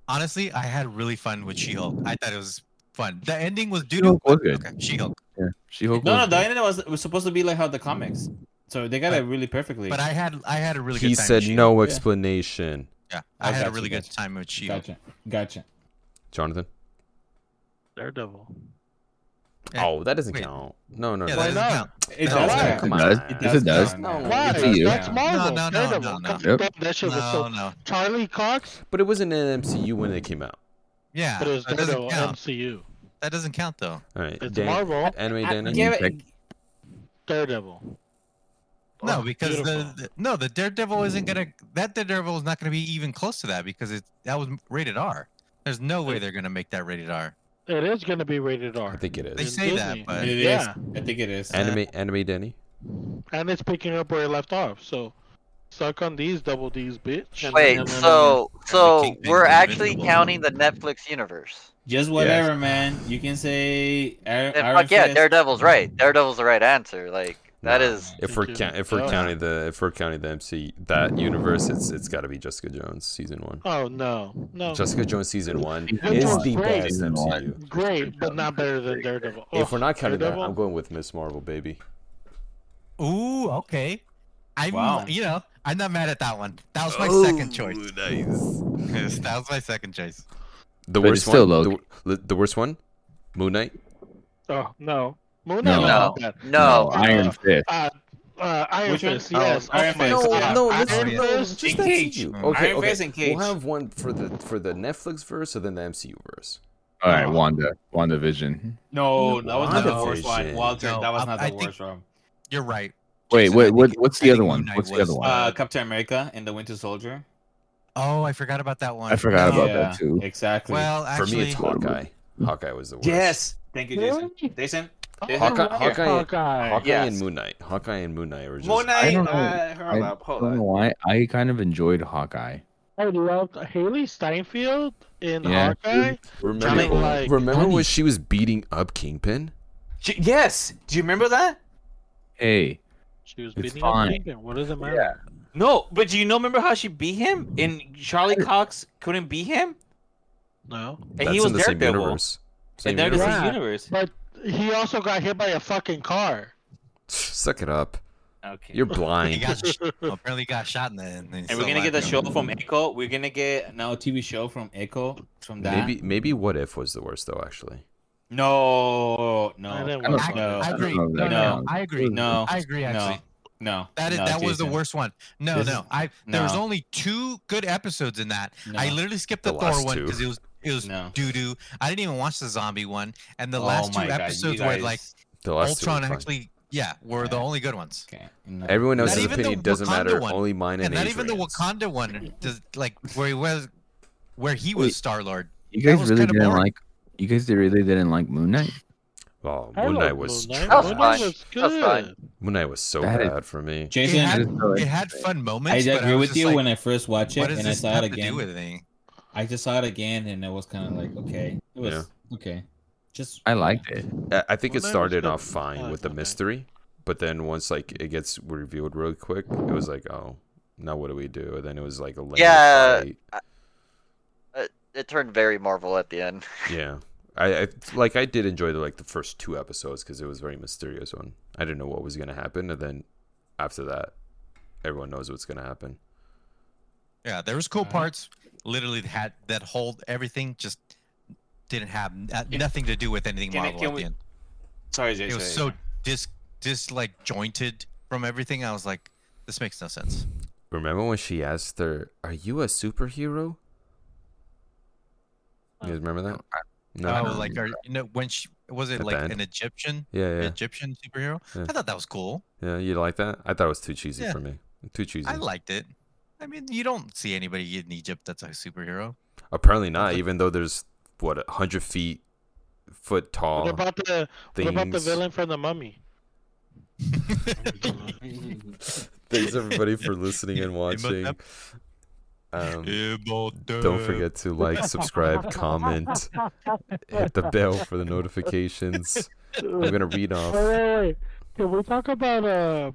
E: Honestly, I had really fun with She Hulk. I thought it was fun. The ending was due
D: She-Hulk was good.
E: Okay, She Hulk.
D: She Hulk.
B: No, no, Diana was was supposed to be like how the comics. So they got it really perfectly.
E: But I had I had a really
C: he
E: good time.
C: said
E: with
C: no
E: She-Hulk.
C: explanation.
E: Yeah, I
G: Oh,
E: had a
G: gotcha,
E: really good
G: gotcha.
E: time with She Hulk.
G: Gotcha. Gotcha.
C: Jonathan?
A: Daredevil.
E: Yeah.
C: Oh, that doesn't
E: Wait.
C: count. No, no,
E: Yeah,
C: no.
E: that doesn't count.
G: It
E: No,
G: does
A: why?
G: count.
D: Come on. does.
G: It
D: Yes, it does.
G: count, man.
A: Why?
D: for you.
A: That's Marvel.
E: No, no, no,
A: Daredevil.
E: no, no.
A: God
D: Yep.
A: damn, that shit was
E: No,
A: so.
E: no.
A: Charlie Cox,
C: But it wasn't in MCU when it came out.
E: Yeah,
A: but it was
E: that doesn't
A: Daredevil
E: count.
A: MCU.
E: That doesn't count though.
C: All right.
A: It's
C: Dan-
A: Marvel.
C: Anime Danny?
D: yeah,
A: Daredevil.
E: No,
A: Oh,
E: because the,
A: beautiful.
E: the no, the Daredevil isn't gonna. That Daredevil is not gonna be even close to that because it that was rated R. There's no way they're gonna make that rated R.
A: it is going to be rated R.
C: I think it
E: They
C: is.
E: say
A: Disney.
E: that, but
G: It is.
A: Yeah.
G: I think it is.
C: Anime, anime Danny?
A: and it's picking up where it left off. So suck on these double D's, bitch. And-
F: Wait,
A: and-
F: so so
E: Kingpin
F: we're
E: is
F: actually
E: invincible.
F: counting the Netflix universe.
G: Just whatever, man. You can say Iron,
F: Then
G: Iron
F: fuck yeah,
G: Fist.
F: Daredevil's right. Daredevil's the right answer. Like that
C: Nah.
F: is
C: If we're
A: Thank
C: count,
A: you.
C: if we're
A: Oh.
C: counting the if we're counting the MC that universe, it's it's got to be Jessica Jones season one.
A: oh no, no,
C: Jessica Jones season one
D: Season
C: is
A: one.
C: the
A: Great.
C: best
D: Season one. Oh,
C: MCU.
A: great, but not better than Daredevil. Oh,
C: If we're not counting that,
A: Daredevil?
C: I'm going with Miss Marvel, baby.
E: ooh, okay. I'm
G: Wow.
E: you know I'm not mad at that one. That was my
A: Oh,
E: second choice. Yes, that was my second choice.
C: The
D: But
C: worst
D: it's still
C: one.
D: Loki.
C: The, the worst one. Moon Knight.
A: oh no, Moon
D: No.
A: Knight. not bad.
F: No.
D: No, Iron Fist.
A: Uh, uh, Iron
G: Which one?
A: Fist. Yes.
G: Oh, Iron Fist,
A: okay,
C: no,
A: yeah.
C: no,
A: Iron
C: let's,
E: Iron
C: no,
A: Fist.
C: just the MCU.
E: Engage.
C: Okay,
B: Iron
C: okay.
B: Fist, engage.
C: We'll have one for the for the Netflix verse and then the MCU verse.
D: All right, Wanda. Wanda Vision.
G: No,
C: No,
G: that was not the
C: WandaVision.
G: worst one. Walter,
E: No,
G: that was
E: I-
G: not the
E: I think-
G: worst one.
E: You're right.
D: Wait,
E: Jason, I
D: what,
E: think
D: what,
E: it-
D: what's
E: I
D: the
E: think
D: other
E: Moon
D: one?
E: Knight
D: What's the
E: was-
D: other one?
G: Uh, Captain America and the Winter Soldier.
E: Oh, I forgot about that one.
D: I forgot about
E: No.
D: that too.
G: Exactly.
E: Well, actually,
C: for me, it's Hawkeye. Hawkeye was the worst.
G: yes. Thank you, Jason. Jason.
E: Oh,
C: Hawkeye,
A: Hawkeye.
C: Hawkeye, Hawkeye
B: Yes.
C: and Moon Knight. Hawkeye and Moon Knight were just.
G: Moon Knight.
D: I don't know.
G: uh, hold
D: I
G: up, hold
D: don't know
G: up.
D: why. I kind of enjoyed Hawkeye.
A: I loved Haley Steinfeld in
D: Yeah.
A: Hawkeye.
C: Remember,
A: Johnny, like,
C: remember
D: Johnny.
C: when she was beating up Kingpin?
G: J- yes. Do you remember that?
D: Hey,
A: She was
D: It's
A: beating up
D: fine.
A: Kingpin. What does it matter?
B: No, but do you know remember how she beat him? And Charlie Cox couldn't beat him?
A: No.
B: And he was Daredevil.
C: Same
B: And they're the
C: universe.
B: same
A: Yeah.
B: universe.
A: But he also got hit by a fucking car.
C: Suck it up.
B: Okay.
C: You're
E: he
C: blind.
E: got sh- apparently got shot in the. And
B: and we're gonna get the show from Echo. We're gonna get
G: No TV show from Echo from that.
C: Maybe maybe what if was the worst though actually.
G: No. No.
A: I didn't
G: no,
A: watch
E: I,
G: no.
E: I agree.
D: No,
E: No, no,
D: no.
E: I agree.
G: No.
E: I agree. Actually,
G: No.
E: that is,
G: no,
E: that was the
G: Jason.
E: worst one. No,
G: This is-
E: no. I there was
G: no.
E: only two good episodes in that.
G: No.
E: I literally skipped
C: The
E: the,
C: last
E: Thor one
C: two.
E: because it was it was
G: No.
E: doo doo. I didn't even watch the zombie one, and the
G: Oh
E: last two
G: my God, you
E: episodes were
G: guys-
E: like
C: The last two were
E: Ultron
C: fine.
E: actually. Yeah, were the
G: Yeah.
E: only good ones.
G: Okay. no.
C: Everyone
E: Not
C: else's
E: even the
C: opinion doesn't
E: Wakanda
C: matter.
E: one.
C: Only mine
E: and
C: and
E: not even the
C: Adrian's.
E: Wakanda one, does, like where he was, where he
D: Wait.
E: was Star Lord.
D: you
E: That
D: guys
E: was
D: really
E: kinda
D: didn't
E: boring.
D: like. You guys really didn't like Moon Knight.
C: Oh,
A: I
C: Moon
A: loved
C: Knight was
A: Moon Knight.
C: trash.
F: That
A: Moon
F: was
A: Knight
F: fine.
A: was
F: That was fine.
A: good.
C: Moon Knight was so
D: That is-
C: bad for me.
G: Jason,
E: It had-
D: Just feel like-
E: It had fun
G: I
E: moments. but
G: agree
E: was
G: with
E: just
G: you
E: like,
G: when I first watched
E: what
G: it,
E: does
G: and I
E: this
G: saw
E: have
G: it
E: to do with
G: again.
E: anything?
G: I just saw it again, and I was kind of like, okay, it was okay. Just
D: I liked it.
C: I I think
A: Moon Knight
C: it
A: was
C: started
A: good.
C: off
A: I
C: fine
A: liked
C: with the
A: Moon Knight.
C: mystery, but then once like it gets revealed really quick, it was like, oh, now what do we do? And then it was like a layered
F: Yeah.
C: fight.
F: It turned very Marvel at the end.
C: Yeah. I, I like I did enjoy the like the first two episodes because it was very mysterious one. I didn't know what was gonna happen, and then after that, everyone knows what's gonna happen.
E: Yeah, there was cool
G: Alright.
E: parts. Literally had that whole everything just didn't have n- uh, nothing to do with anything
B: Can I-
E: Marvel
B: can
E: at
B: we-
E: the end.
G: sorry,
E: It
G: Jason.
E: was so dis dis like jointed from everything. I was like, this makes no sense.
C: Remember when she asked her, "Are you a superhero?" You guys remember that? No.
E: Oh,
D: don't
E: like are, you know when she was it
C: At
E: like
C: the end.
E: an Egyptian
C: yeah, yeah,
E: Egyptian superhero?
C: Yeah.
E: I thought that was cool.
C: yeah. You like that? I thought it was too cheesy
E: Yeah.
C: for me. Too cheesy.
E: I liked it. I mean, you don't see anybody in Egypt that's a superhero.
C: Apparently not, even though there's what a hundred feet, foot tall
A: What about the
C: things.
A: what about the villain from the Mummy?
C: Thanks everybody for listening and watching.
E: Imhotep.
C: Um, Don't
E: Don't
C: forget to like, subscribe, comment, hit the bell for the notifications. I'm gonna read
A: Wait,
C: off.
A: wait, wait. Can we talk about uh,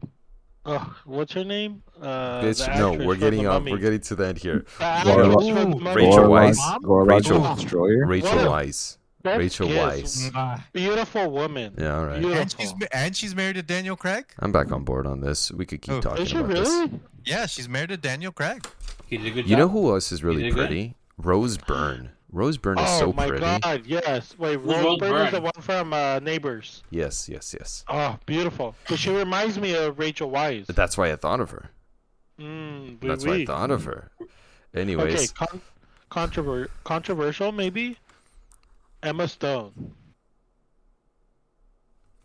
A: uh what's her name? Uh, the
C: Bitch, no,
A: actress
C: we're
A: from
C: getting
A: The
C: off.
A: Mummy.
C: We're getting to the end here.
A: The actress from The Mummy.
C: Rachel Weisz. Rachel-
D: Rachel Destroyer.
C: Rachel
A: What a-
C: Weisz.
A: That
C: Rachel
A: is
C: Weiss.
A: Beautiful woman.
C: Yeah, all right.
A: Beautiful.
E: And she's ma- and she's married to Daniel Craig.
C: I'm back on board on this. We could keep
E: Oh,
C: talking
A: Is she
C: about this.
A: really?
E: Yeah, she's married to Daniel Craig.
G: He did a good
C: You know
G: job.
C: who else is really
G: did good.
C: pretty? Rose Byrne. Rose Byrne is
A: oh
C: so
A: my
C: pretty.
A: god, yes. Wait,
G: Who's
A: Rose
G: Rose
A: Byrne is the
G: Byrne?
A: one from uh, Neighbors.
C: Yes, yes, yes.
A: Oh, beautiful. But she reminds me of Rachel Wise.
C: That's why I thought of her.
A: Mm,
C: That's why I
A: oui, oui.
C: thought of her.
A: Okay,
C: Anyways,
A: con- controver- controversial maybe. Emma Stone.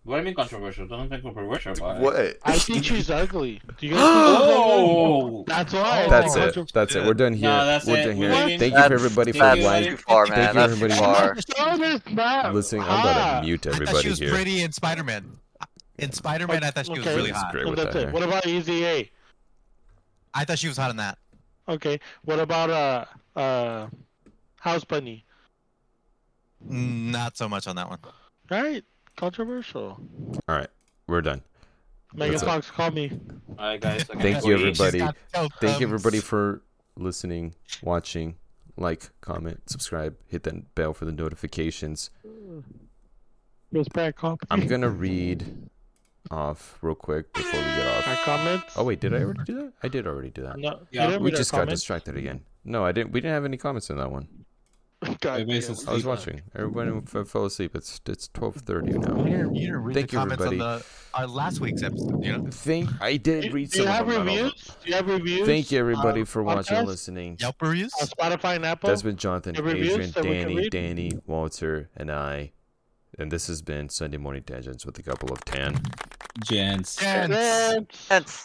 G: What I mean controversial? Don't think controversial. About it.
C: what?
A: I think she's ugly. Do you guys think she's ugly?
G: Oh.
A: That's why. I
C: That's
A: think
C: it. That's it. We're done here.
G: No, that's
C: We're
G: it.
C: done
G: We
C: here.
G: didn't-
C: Thank you
F: That's-
C: for everybody for
F: That's
G: why-
C: like
F: too far,
G: Thank
F: man.
C: you,
F: That's
C: everybody.
F: too far.
A: Emma Stone is not
C: listening. I'm
A: hot.
C: gonna mute
E: I thought she
C: everybody
E: was
C: here.
E: pretty in Spider Man. In Spider Man, I thought she was
A: Okay.
E: really
C: This is
E: hot.
C: great
A: So
C: with
A: Oh, that's
C: that
A: it.
C: hair.
A: What about Easy A?
E: I thought she was hot in that.
A: Okay. What about uh uh House Bunny?
E: Mm, Not so much on that one.
A: Right? Controversial.
C: All right, we're done.
A: Megan
C: That's it.
A: Fox, call me.
G: All right, guys.
C: Thank you, everybody.
E: She's got no
C: Thank you
E: thumbs.
C: everybody for listening, watching, like, comment, subscribe, hit that bell for the notifications.
A: Miss Pat, call me.
C: I'm gonna read off real quick before we get
A: Our
C: off.
A: comments.
C: Oh wait, did I already do that? I did already do that.
A: No, you
G: Yeah,
A: didn't
C: We
A: read our
C: just got
A: comments.
C: distracted again. No, I didn't. We didn't have any comments in that one.
A: God
G: Everybody's
A: damn.
G: so
C: I was
G: Sleep.
C: watching. Everyone f- fell asleep. It's it's twelve thirty now.
E: You didn't, you didn't read
C: Thank
E: the
C: you,
E: comments
C: everybody.
E: on the our last week's episode, you know?
C: Think I
A: Do,
C: did
A: do
C: read
A: you
C: some
A: have
C: of them. I don't know.
A: reviews? Do you have reviews?
C: Thank you everybody for watching
A: podcast?
C: and listening.
E: Yelp reviews?
A: On Spotify and Apple.
C: That's been Jonathan,
A: The reviews
C: Adrian,
A: that we can
C: Danny,
A: read?
C: Danny, Walter, and I. And this has been Sunday Morning Tangents with a couple of tan.
G: Gents.
E: Gents.
A: Thanks.
F: Hence.